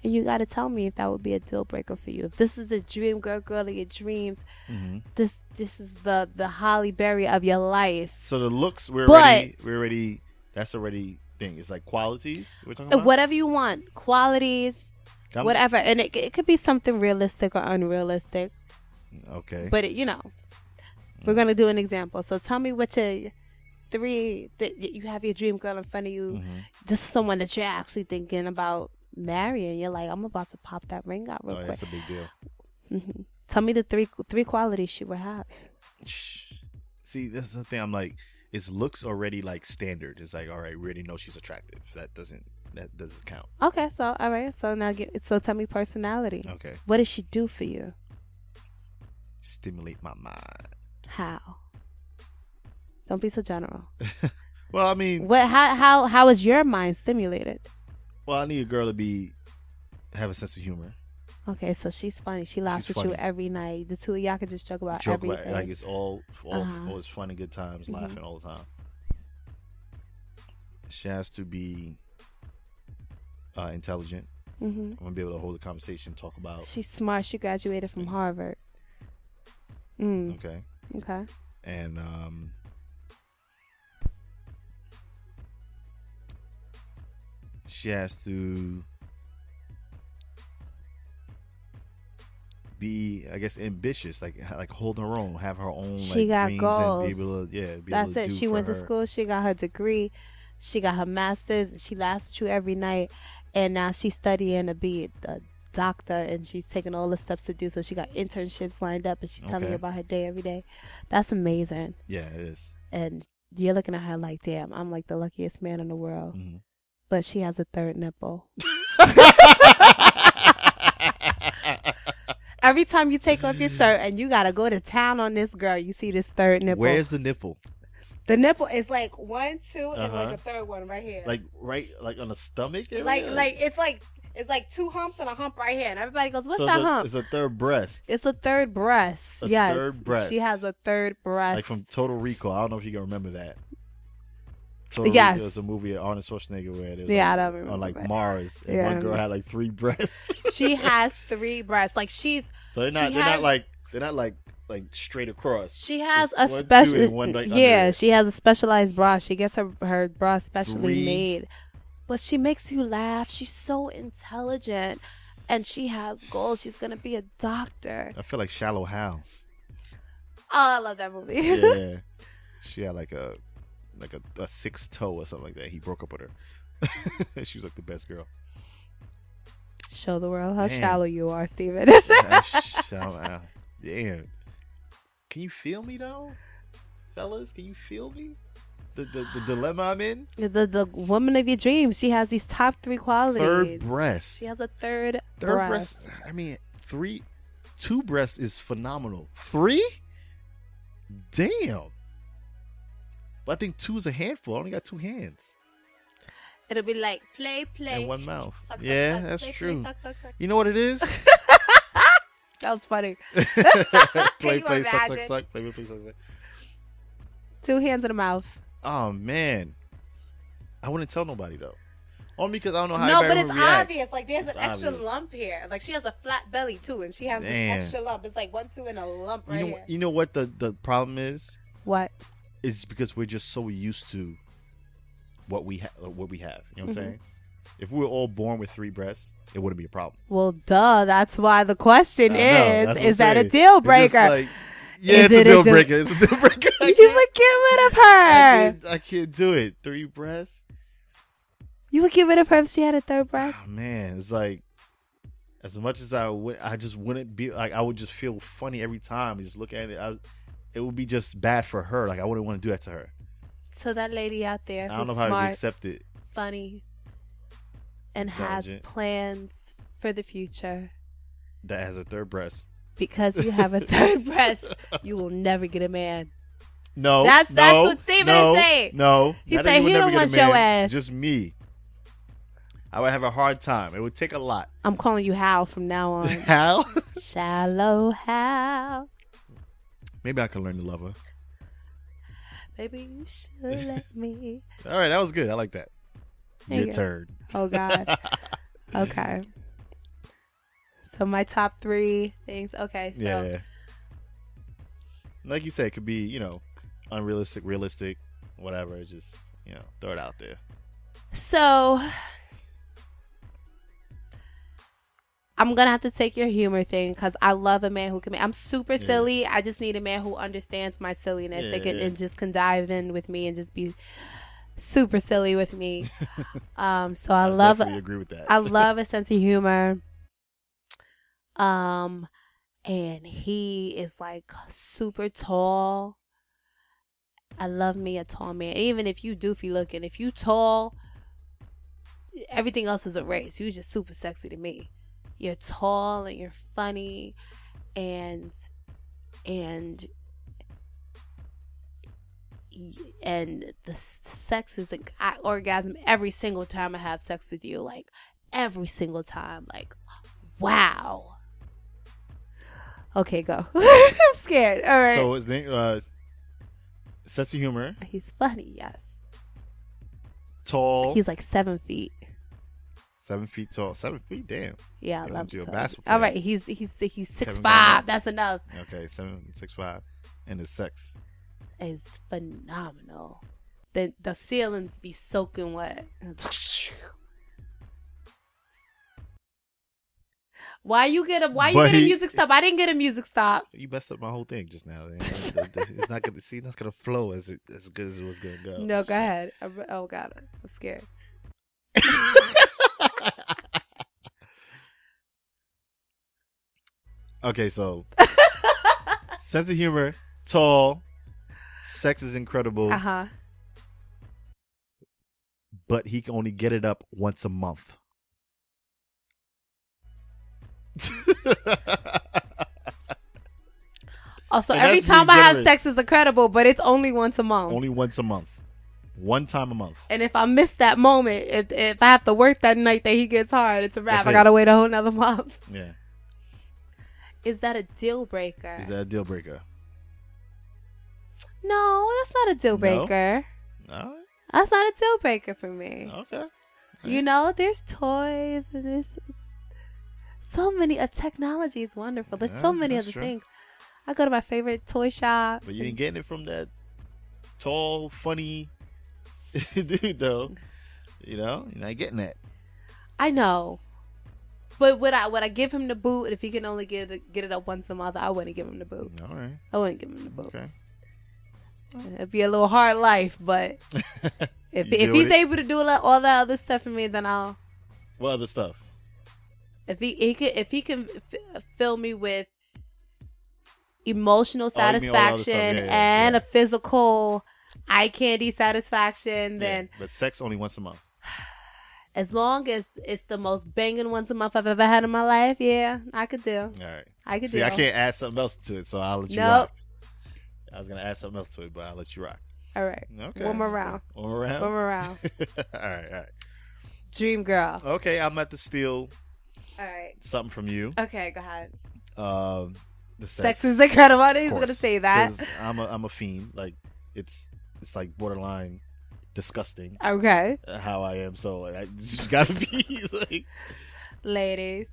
And you gotta tell me if that would be a deal breaker for you. If this is a dream girl, girl of your dreams,
Mm-hmm.
this this is the the Holly Berry of your life.
So the looks we're
But-
already we're already that's already thing. It's like qualities we're talking about.
Whatever you want, qualities,
Come-
whatever, and it, it could be something realistic or unrealistic.
Okay. Mm.
But it, you know, we're gonna do an example. So tell me what your three that you have your dream girl in front of you.
Mhm.
This is someone that you're actually thinking about marrying. You're like, I'm about to pop that ring out real
Oh,
quick.
that's a big deal.
hmm Tell me the three three qualities she would have.
Shh. See, this is the thing. I'm like, is looks already like standard? It's like, all right, we already know she's attractive. That doesn't that doesn't count.
Okay, so all right, so now get so tell me personality.
Okay.
What does she do for you?
Stimulate my mind.
How? Don't be so general.
Well, I mean,
What? How? How? How is your mind stimulated?
well, I need a girl to be have a sense of humor.
Okay, so she's funny. She laughs
She's
with you
funny.
every night. The two of y'all can just joke about
Joke about
everything.
it. like it's all all
Uh-huh.
always fun and good times,
Mhm.
laughing all the time. She has to be uh, intelligent.
hmm
I'm gonna be able to hold a conversation, talk about
She's smart. She graduated from
Oh. Thanks.
Harvard. Mm,
okay,
okay.
and um, she has to be, I guess, ambitious, like ha- like hold her own, have her own
She
like
got
dreams, and
goals.
be able to yeah, be
That's
able to
it.
do
She
for
went
her.
to school. She got her degree. She got her master's. and She laughs at you every night, and now she's studying to be a doctor, and she's taking all the steps to do so. She got internships lined up, and she's telling
Okay.
you about her day every day. That's amazing.
Yeah, it is.
And you're looking at her like, damn, I'm like the luckiest man in the world.
Mhm.
But she has a third nipple. Every time you take off your shirt and you gotta go to town on this girl, you see this third nipple.
Where's the nipple?
the nipple is like one, 2 and
Uh-huh.
like a third one right here.
Like right, like on the stomach. area?
like like it's like it's like two humps and a hump right here, and everybody goes, "What's
so
that
it's a,
hump?"
It's a third breast,
It's a third breast.
A
yes,
third breast.
she has a third breast.
like from Total Recall. I don't know if you can remember that. Total
Yes.
Recall is a movie with Arnold Schwarzenegger where it was
Yeah, I
like,
don't remember.
on like
it.
Mars, and
Yeah, I
one girl
remember.
had like three breasts.
she has three breasts. Like she's
so they're not
She
they're
had-
not like they're not like like straight across.
she has
Just
a
one, two,
special.
and one right under
yeah,
it.
she has a specialized bra. She gets her her bra specially
Three.
made, but she makes you laugh. She's so intelligent, and she has goals. She's gonna be a doctor.
I feel like Shallow Hal.
Oh, I love that movie.
Yeah, she had like a like a, a six toe or something like that. He broke up with her. she was like the best girl.
Show the world how
Damn.
shallow you are, Steven.
Ah, Shallow Hal. Damn. Can you feel me though, fellas? Can you feel me? The the, the dilemma I'm in.
The the woman of your dreams. She has these top three qualities.
Third breast.
She has a third,
Third
breast.
breast. I mean, three, two breasts is phenomenal. Three? Damn. But I think two's a handful. I only got two hands
It'll be like play, play.
and one mouth.
Suck, suck,
yeah,
suck,
that's
play, play,
true.
suck, suck, suck.
You know what it is?
That was funny.
play,
you
play, suck, suck,
imagine?
suck. Play, play, play, suck, suck.
Two hands in the mouth.
Oh man, I wouldn't tell nobody though. Only because I don't know how
no, but
everybody
it's
would react.
obvious. Like there's
It's
an extra
obvious.
lump here. Like she has a flat belly too, and she has
Damn.
this extra lump. It's like one, two, and a lump
You
right
know,
here.
you know what the the problem is?
What?
is because we're just so used to what we have. What we have, you know what
Mhm.
I'm saying? If we were all born with three breasts, it wouldn't be a problem.
Well, duh. That's why the question
I know, that's
is:
what
Is
I'm
that a
saying.
deal
It's just
breaker?
like, yeah,
Is
it's
it
a
a
deal
deal-
breaker. It's a deal breaker. I
you
can't,
would get rid of
I,
her.
can't, I can't do it. Three breasts.
You would get rid of her if she had a third breast.
Oh, man, it's like as much as I would, I just wouldn't be like I would just feel funny every time. Just look at it. I, it would be just bad for her. Like I wouldn't want to do that to her.
So that lady out there
I don't
who's
know how
smart,
to accept it.
funny, and has
Intelligent.
plans for the future.
That has a third breast.
Because you have a third breast, you will never get a man.
No,
That's-
no,
that's what Steven is
no,
saying.
No,
He
not
said
that would
he
never
don't
get a
want your
man,
ass.
Just me. I would have a hard time. It would take a lot.
I'm calling you Hal from now on.
How?
Shallow Hal.
Maybe I could learn to love her.
Baby, you should let me.
All right, that was good. I like that.
There
Your
you go.
turn.
Oh, God. Okay. So, my top three things. Okay, so.
yeah. Like you said, it could be you know unrealistic, realistic, whatever. Just you know, throw it out there.
So I'm gonna have to take your humor thing because I love a man who can. Make, I'm super
Yeah.
silly. I just need a man who understands my silliness
Yeah,
that can,
yeah.
and just can dive in with me and just be super silly with me. um, so I love
definitely agree with that.
I love a sense of humor. Um, and he is like super tall. I love me a tall man. Even if you doofy looking, if you tall, everything else is erased. You just super sexy to me. You're tall and you're funny, and and and the s- sex is like I orgasm every single time I have sex with you. Like every single time. Like, wow. Okay, go. I'm scared. All right.
So his name, uh, sense of humor,
He's funny. Yes.
tall, Oh.
He's like seven feet.
seven feet tall, seven feet. Damn.
Yeah, I
Turns
love
you a
him.
basketball
All
player.
right, he's he's he's six
Kevin
five.
Garnett.
That's enough.
Okay, seven six five, and his sex.
Is phenomenal. The the ceilings be soaking wet. Why you get a why you
But
get a
he-
music stop? I didn't get a music stop.
You messed up my whole thing just now. man. it's not gonna see. That's gonna flow as it, as good as it was gonna go.
no, go ahead. I'm- Oh god, I'm scared.
Okay, so sense of humor, tall, sex is incredible,
Uh huh.
but he can only get it up once a month.
Also,
And
every
that's being
time I have
generous.
sex is incredible, but it's only once a month.
only once a month, one time a month.
and if I miss that moment, if if I have to work that night that he gets hard, it's a wrap.
That's
I
it.
gotta wait a whole nother month.
Yeah,
Is that a deal breaker?
is that a deal breaker?
no, that's not a deal
No?
breaker.
All
That's not a deal breaker for me.
right, okay.
You know, there's toys and there's so many. A technology is wonderful. There's
Yeah,
so many
that's
other
true.
things. I go to my favorite toy shop.
But you
and-
ain't getting it from that tall, funny dude, though. You know, you're not getting that.
I know. But would I would I give him the boot if he can only get it, get it up once a month? I wouldn't give him the boot.
All right,
I wouldn't give him the boot.
okay.
It'd be a little hard life, but
You
if if
deal
he's
with it?
able to do all- all that other stuff for me, then I'll.
what other stuff?
If he, he could, if he can f- fill me with emotional
Oh, you mean all the other
satisfaction
stuff. Yeah, yeah, yeah.
and a physical eye candy satisfaction, then
Yeah, but sex only once a month.
as long as it's the most banging once a month I've ever had in my life, yeah, I could do.
All right.
I could
See,
do.
I can't add something else to it, so I'll let you
Nope.
rock. I was gonna add something else to it, but I'll let you rock.
All right,
Okay.
One more round.
One more round.
one more round.
all right, all right.
Dream girl.
Okay, I'm about to steal Oh.
All right.
something from you.
Okay, go ahead.
Um, the sex.
Sex is incredible. I knew
Of
he was gonna
course,
say that.
'cause I'm a I'm a fiend. Like it's it's like borderline disgusting
Okay,
uh, how I am. So I just gotta be like,
ladies.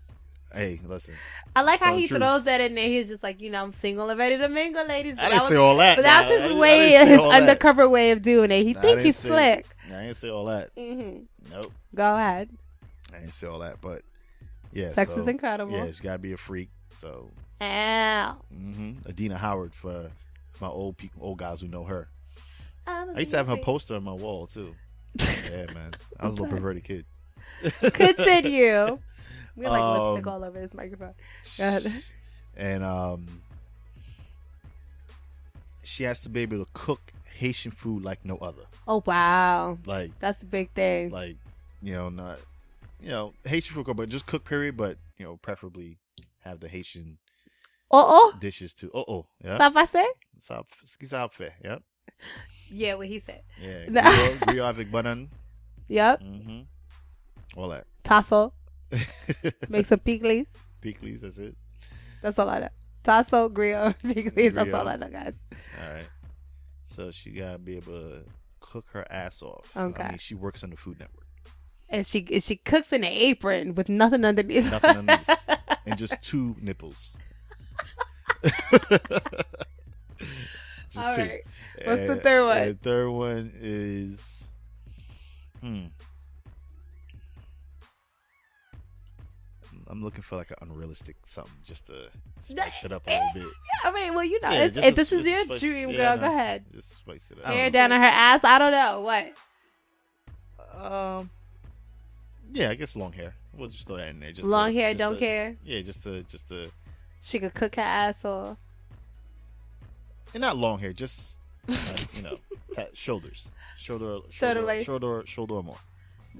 hey, listen.
I like how
Tell the
he
truth.
throws that in there. He's just like, you know, I'm single and ready to mingle, ladies.
I
But
didn't
I was
say all that.
But that's
nah, I
his
didn't- I
way,
didn't say
his
all that.
undercover way of doing it. He
Nah, I
think
didn't
he's
say-
slick.
I didn't say all that.
hmm
Nope.
Go ahead.
I didn't say all that. But yeah,
Sex
so,
is incredible.
Yeah, she gotta be a freak. So
Ow.
hmm Adina Howard for my old people, old guys who know her.
I'm
I used to have her
leaving.
poster on my wall too. Yeah, man. I was a little
Done.
perverted kid.
Continue. We like
Um,
lipstick all over this microphone. Go ahead.
And um, she has to be able to cook Haitian food like no other.
Oh wow,
Like,
that's a big thing.
like, you know, not, you know, Haitian food, but just cook period. But you know, preferably have the Haitian
oh oh,
dishes too. Oh, oh, yeah.
stop! I say.
Sab, ski sab fe, yeah,
Yeah, what he said.
yeah.
No.
Griot, griot avec banane.
Yep.
Mm-hmm. All that.
Tasso
Make-
make some pigles.
Peeklies, that's it.
That's all I know. Tasso, grill, pigles. That's all
Griot.
I know, guys.
All right. So she gotta be able to cook her ass off. I
Okay.
mean, she works on the Food Network.
And she and she cooks in an apron with nothing underneath.
Nothing underneath. and just two nipples. just
All
two.
right. What's the
And-
third one?
and the third one is hmm. I'm looking for like an unrealistic something just to spice it up a little bit.
I mean, well, you know,
Yeah,
if,
just
if
a-
this is
just a
your
spice-
dream,
yeah,
girl,
no.
go ahead.
Just spice it up.
Hair down on her ass. I don't know what.
Um, yeah, I guess long hair. We'll just throw that in there. Just
Long
to-
hair,
just
don't
to-
care.
Yeah, just to just to
She could cook her ass off.
and not long hair, just like, you know, pat, shoulders, shoulder, shoulder,
length.
shoulder, shoulder or more.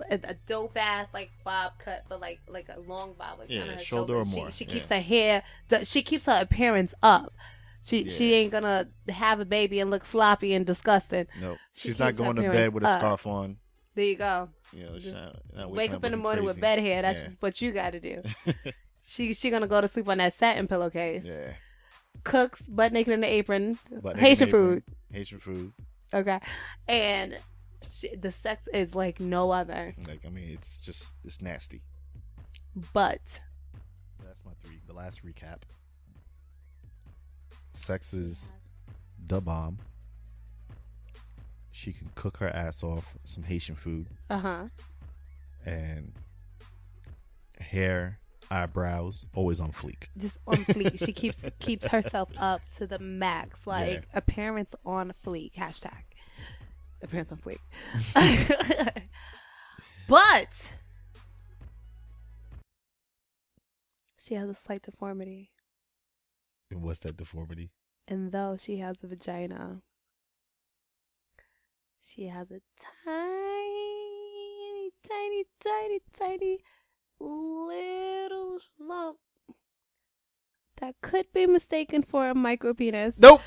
a a dope ass like bob cut, but like like a long bob, like
Yeah,
on her
shoulder
shoulder
or
She-
more,
She,
yeah.
keeps her hair. The, she keeps her appearance up. She she
Yeah.
ain't gonna have a baby and look sloppy and disgusting.
No,
She
she's not
keeps her
going to
appearance
bed with a
up.
scarf on.
There you go.
You know, she's
Just
not, not
Wake
waking
up in the
looking
morning with
crazy.
bed hair. That's
Yeah.
just what you got to do. She she gonna go to sleep on that satin pillowcase.
yeah,
Cooks butt naked in the apron.
but
Haitian
Asian
food.
Haitian food.
Okay. And she, the sex is like no other.
Like I mean, it's just it's nasty.
But
That's my three. The last recap. Sex is the bomb. She can cook her ass off some Haitian food
uh huh.
and hair eyebrows, always on fleek.
just on fleek. She keeps keeps herself up to the max. Like
Yeah.
appearance on fleek. Hashtag appearance on fleek. but she has a slight deformity,
And what's that deformity?
and though she has a vagina, she has a tiny, tiny, tiny, tiny little lump that could be mistaken for a micro penis.
Nope.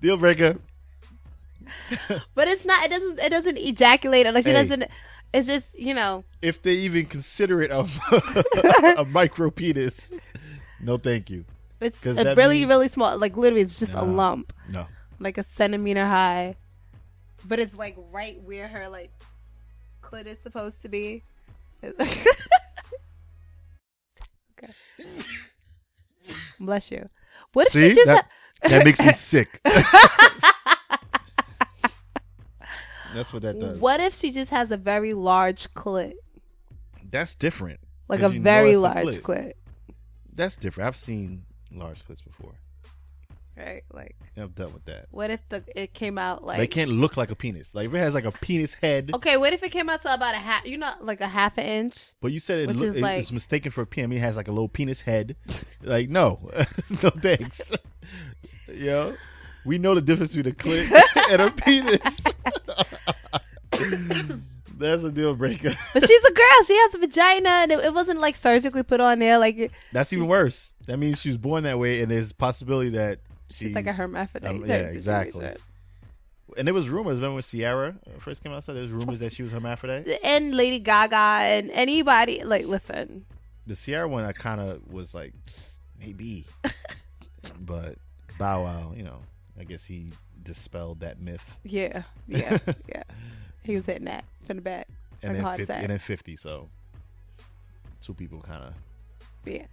Deal breaker.
But it's not. It doesn't. It doesn't ejaculate. Like she
Hey.
doesn't. It's just you know.
If they even consider it a, a micro penis, no, thank you.
It's
'Cause
a
that
really
means-
really small. Like literally, it's just
Nah.
a lump,
No.
like a centimeter high. But it's like right where her like clit is supposed to be. It's like- okay. Bless you. What if
See
she just?
that? That makes me sick. That's what that does.
what if she just has a very large clit,
That's different.
like
'Cause
a
you know
very
it's a
large
clit.
clit,
That's different. I've seen large clips before.
right? Like,
I've dealt with that.
what if the it came out like
They can't look like a penis. Like if it has like a penis head,
Okay, what if it came out to about a half? You know, like a half an inch.
but you said it
Which
loo-
is
it-
like-
it's mistaken for a PM. It has like a little penis head. like no, no thanks. Yo, we know the difference between a clit and a penis. That's a deal breaker.
But she's a girl. She has a vagina, and it, it wasn't like surgically put on there. Like it-
That's even worse. That means she was born that way, and there's a possibility that she's
it's like a hermaphrodite.
um,
type
yeah, exactly.
situation.
And there was rumors. Remember when Ciara first came outside? There was rumors that she was hermaphrodite.
And Lady Gaga and anybody like listen.
The Ciara one, I kind of was like, maybe, but Bow Wow, you know, I guess he dispelled that myth.
Yeah, yeah, yeah. He was hitting that from the back. Like a
and then
hard
50,
sack.
and then 50 so two people kind of
Yeah.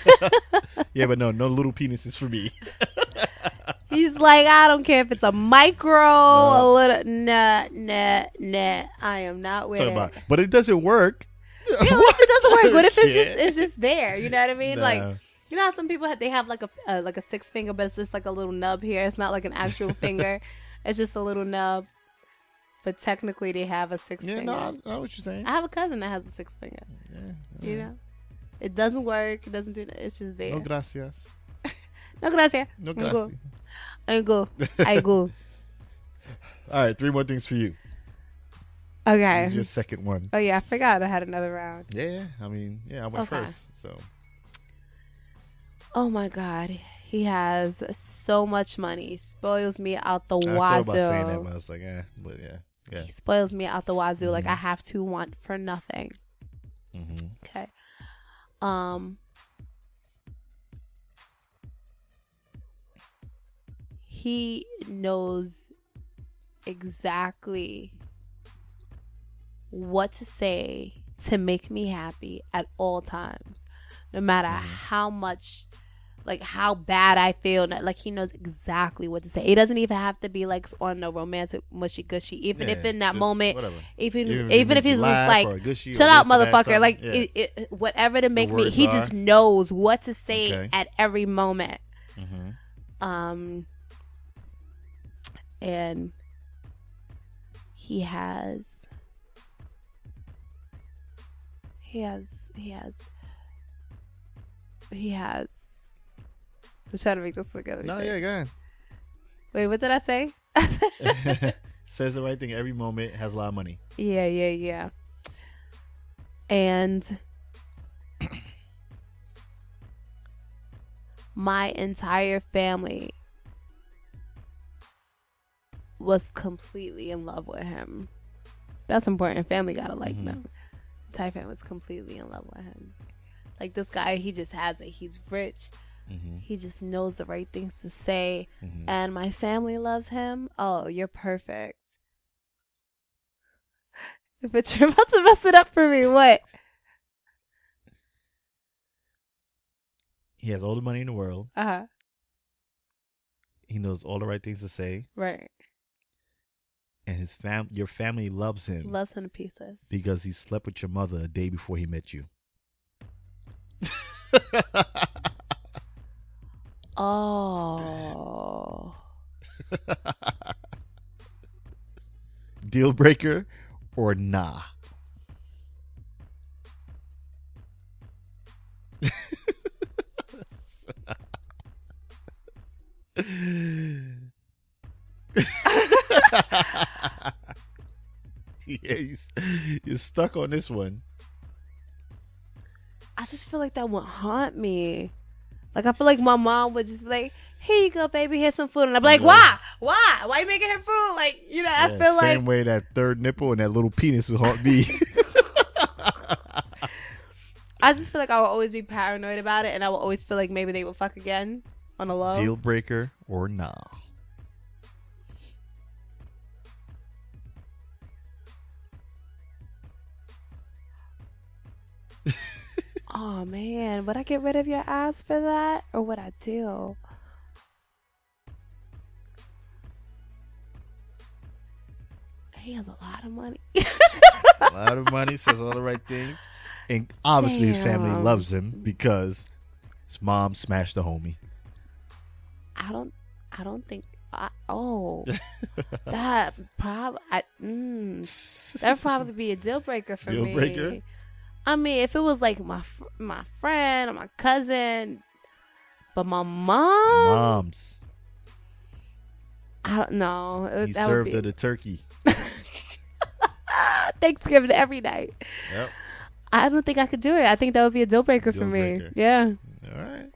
yeah but no no little penises for me
He's like, I don't care if it's a micro, a
Uh, No.
little, nah, nah, nah. I am not with
Talking
it.
about- but it doesn't work
Yeah, what if it doesn't work? What if it's
Yeah.
just it's just there? You know what I mean?
Nah.
Like You know how some people have, they have like a uh, like a six finger, but it's just like a little nub here. It's not like an actual finger. It's just a little nub. But technically, they have a six
yeah no
finger.
I, I know what you're saying
I have a cousin that has a six finger.
yeah,
You
yeah.
know, it doesn't work. It doesn't do. that. It's just there.
no gracias
No gracias.
no
Let me go.
gracias
I go. I go.
all right three more things for you this is your
Okay.
second one
Oh yeah, I forgot I had another round.
yeah yeah, i mean yeah i went
Okay.
first so
Oh my God, he has so much money. Spoils me out the
i
wazoo.
thought about saying that but i was like yeah but yeah Yeah.
He spoils me out the wazoo. Like
Mhm.
I have to want for nothing.
mm-hmm.
Okay. Um. He knows exactly what to say to make me happy at all times, no matter
Mhm.
how much, like how bad I feel. no- Like he knows exactly what to say. It doesn't even have to be like on a romantic mushy gushy. Even if in that moment,
whatever.
even even,
if it makes
if
you
he's just
laugh
like,
or a good shit or
Shut up,
this or that,
motherfucker! Like
something. Yeah.
it, it, whatever to make me,
words
he
are-
just knows what to say
Okay.
at every moment.
Mhm.
Um, and he has, he has, he has, he has. I'm trying to make this look at
no yeah go ahead
Wait, what did I say?
says the right thing every moment, has a lot of money.
Yeah, yeah, yeah. And my entire family was completely in love with him. That's important. Family gotta like
Mhm.
them. Entire family was completely in love with him. Like this guy, he just has it. He's rich.
Mm-hmm.
He just knows the right things to say.
Mm-hmm.
And my family loves him. Oh, you're perfect. But you're about to mess it up for me. What?
He has all the money in the world.
Uh huh.
He knows all the right things to say,
Right.
and his fam your family loves him
Loves him to pieces.
because he slept with your mother a day before he met you.
Oh.
Deal breaker or nah? yeah, he's, you're stuck on this one.
I just feel like that would haunt me. Like I feel like my mom would just be like, "Here you go, baby. Here's some food," and I'd be like,
Yeah.
"Why? Why? Why you making him food?" Like you know, I
Yeah,
feel
same
like
way that third nipple and that little penis would haunt me.
I just feel like I would always be paranoid about it, and I would always feel like maybe they would fuck again on the low.
Deal breaker or nah?
Oh man, would I get rid of your ass for that, or would I do? He has a lot of money.
a lot of money, says all the right things, and obviously his family
Damn.
loves him because his mom smashed the homie.
I don't. I don't think. I, oh, that probably. Mm, that'd probably be a deal breaker for
Deal
me.
breaker?
I mean, if it was like my fr- my friend or my cousin, but my mom,
moms.
I don't know. It,
He
that
served
would
her
be ah,
the turkey.
Thanksgiving every night.
Yep.
I don't think I could do it. I think that would be a deal breaker for
Deal
me.
breaker.
Yeah,
All right.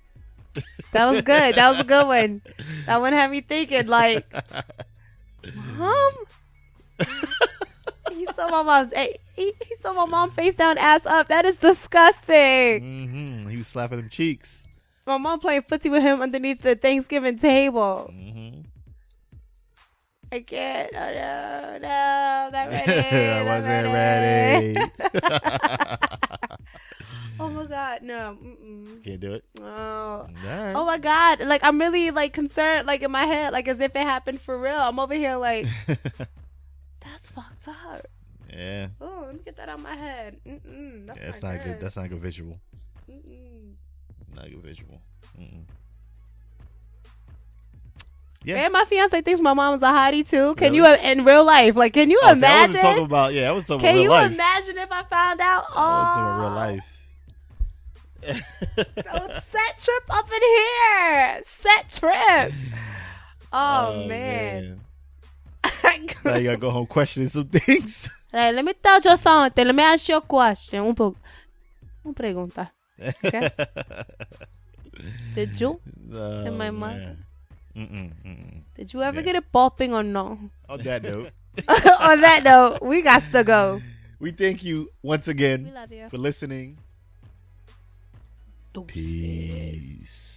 that was good. that was a good one. That one had me thinking like, mom. He saw my mom's. eh, He, he saw my mom face down, ass up. That is disgusting.
hmm He was slapping them cheeks.
My mom playing footsie with him underneath the Thanksgiving table.
hmm
I can't. Oh no, no, not ready.
I
not
wasn't
ready.
ready.
oh my god, no. Mm-mm.
Can't do it.
Oh.
All right.
Oh my god, like I'm really like concerned, like in my head, like as if it happened for real. I'm over here like that's fucked up.
yeah.
Oh, let me get that out of my head. Mm-mm, that's,
Yeah, that's
not,
not good. That's not a good visual.
Mm-mm.
Not a good visual. Mm-mm. Yeah.
Yeah. And my fiance thinks my mom's a hottie too. Can
Really?
you in real life? Like, can you
Oh, see, I
imagine?
wasn't talking about. Yeah, I was talking
can
about real
you
life.
imagine if I found out? Oh,
I was doing real life.
so set trip up in here. Set trip. Oh, man.
Now you gotta go home questioning some things.
Like, let me tell you something. Let me ask you a question. Un po- un pregunta. Okay. Did you?
No,
And my
man. Mm-mm, mm-mm.
Did you ever
Yeah.
get it popping or no?
On that note,
On that note, we got to go.
we thank you once
We
again
love you.
for listening.
Deuces.
Peace.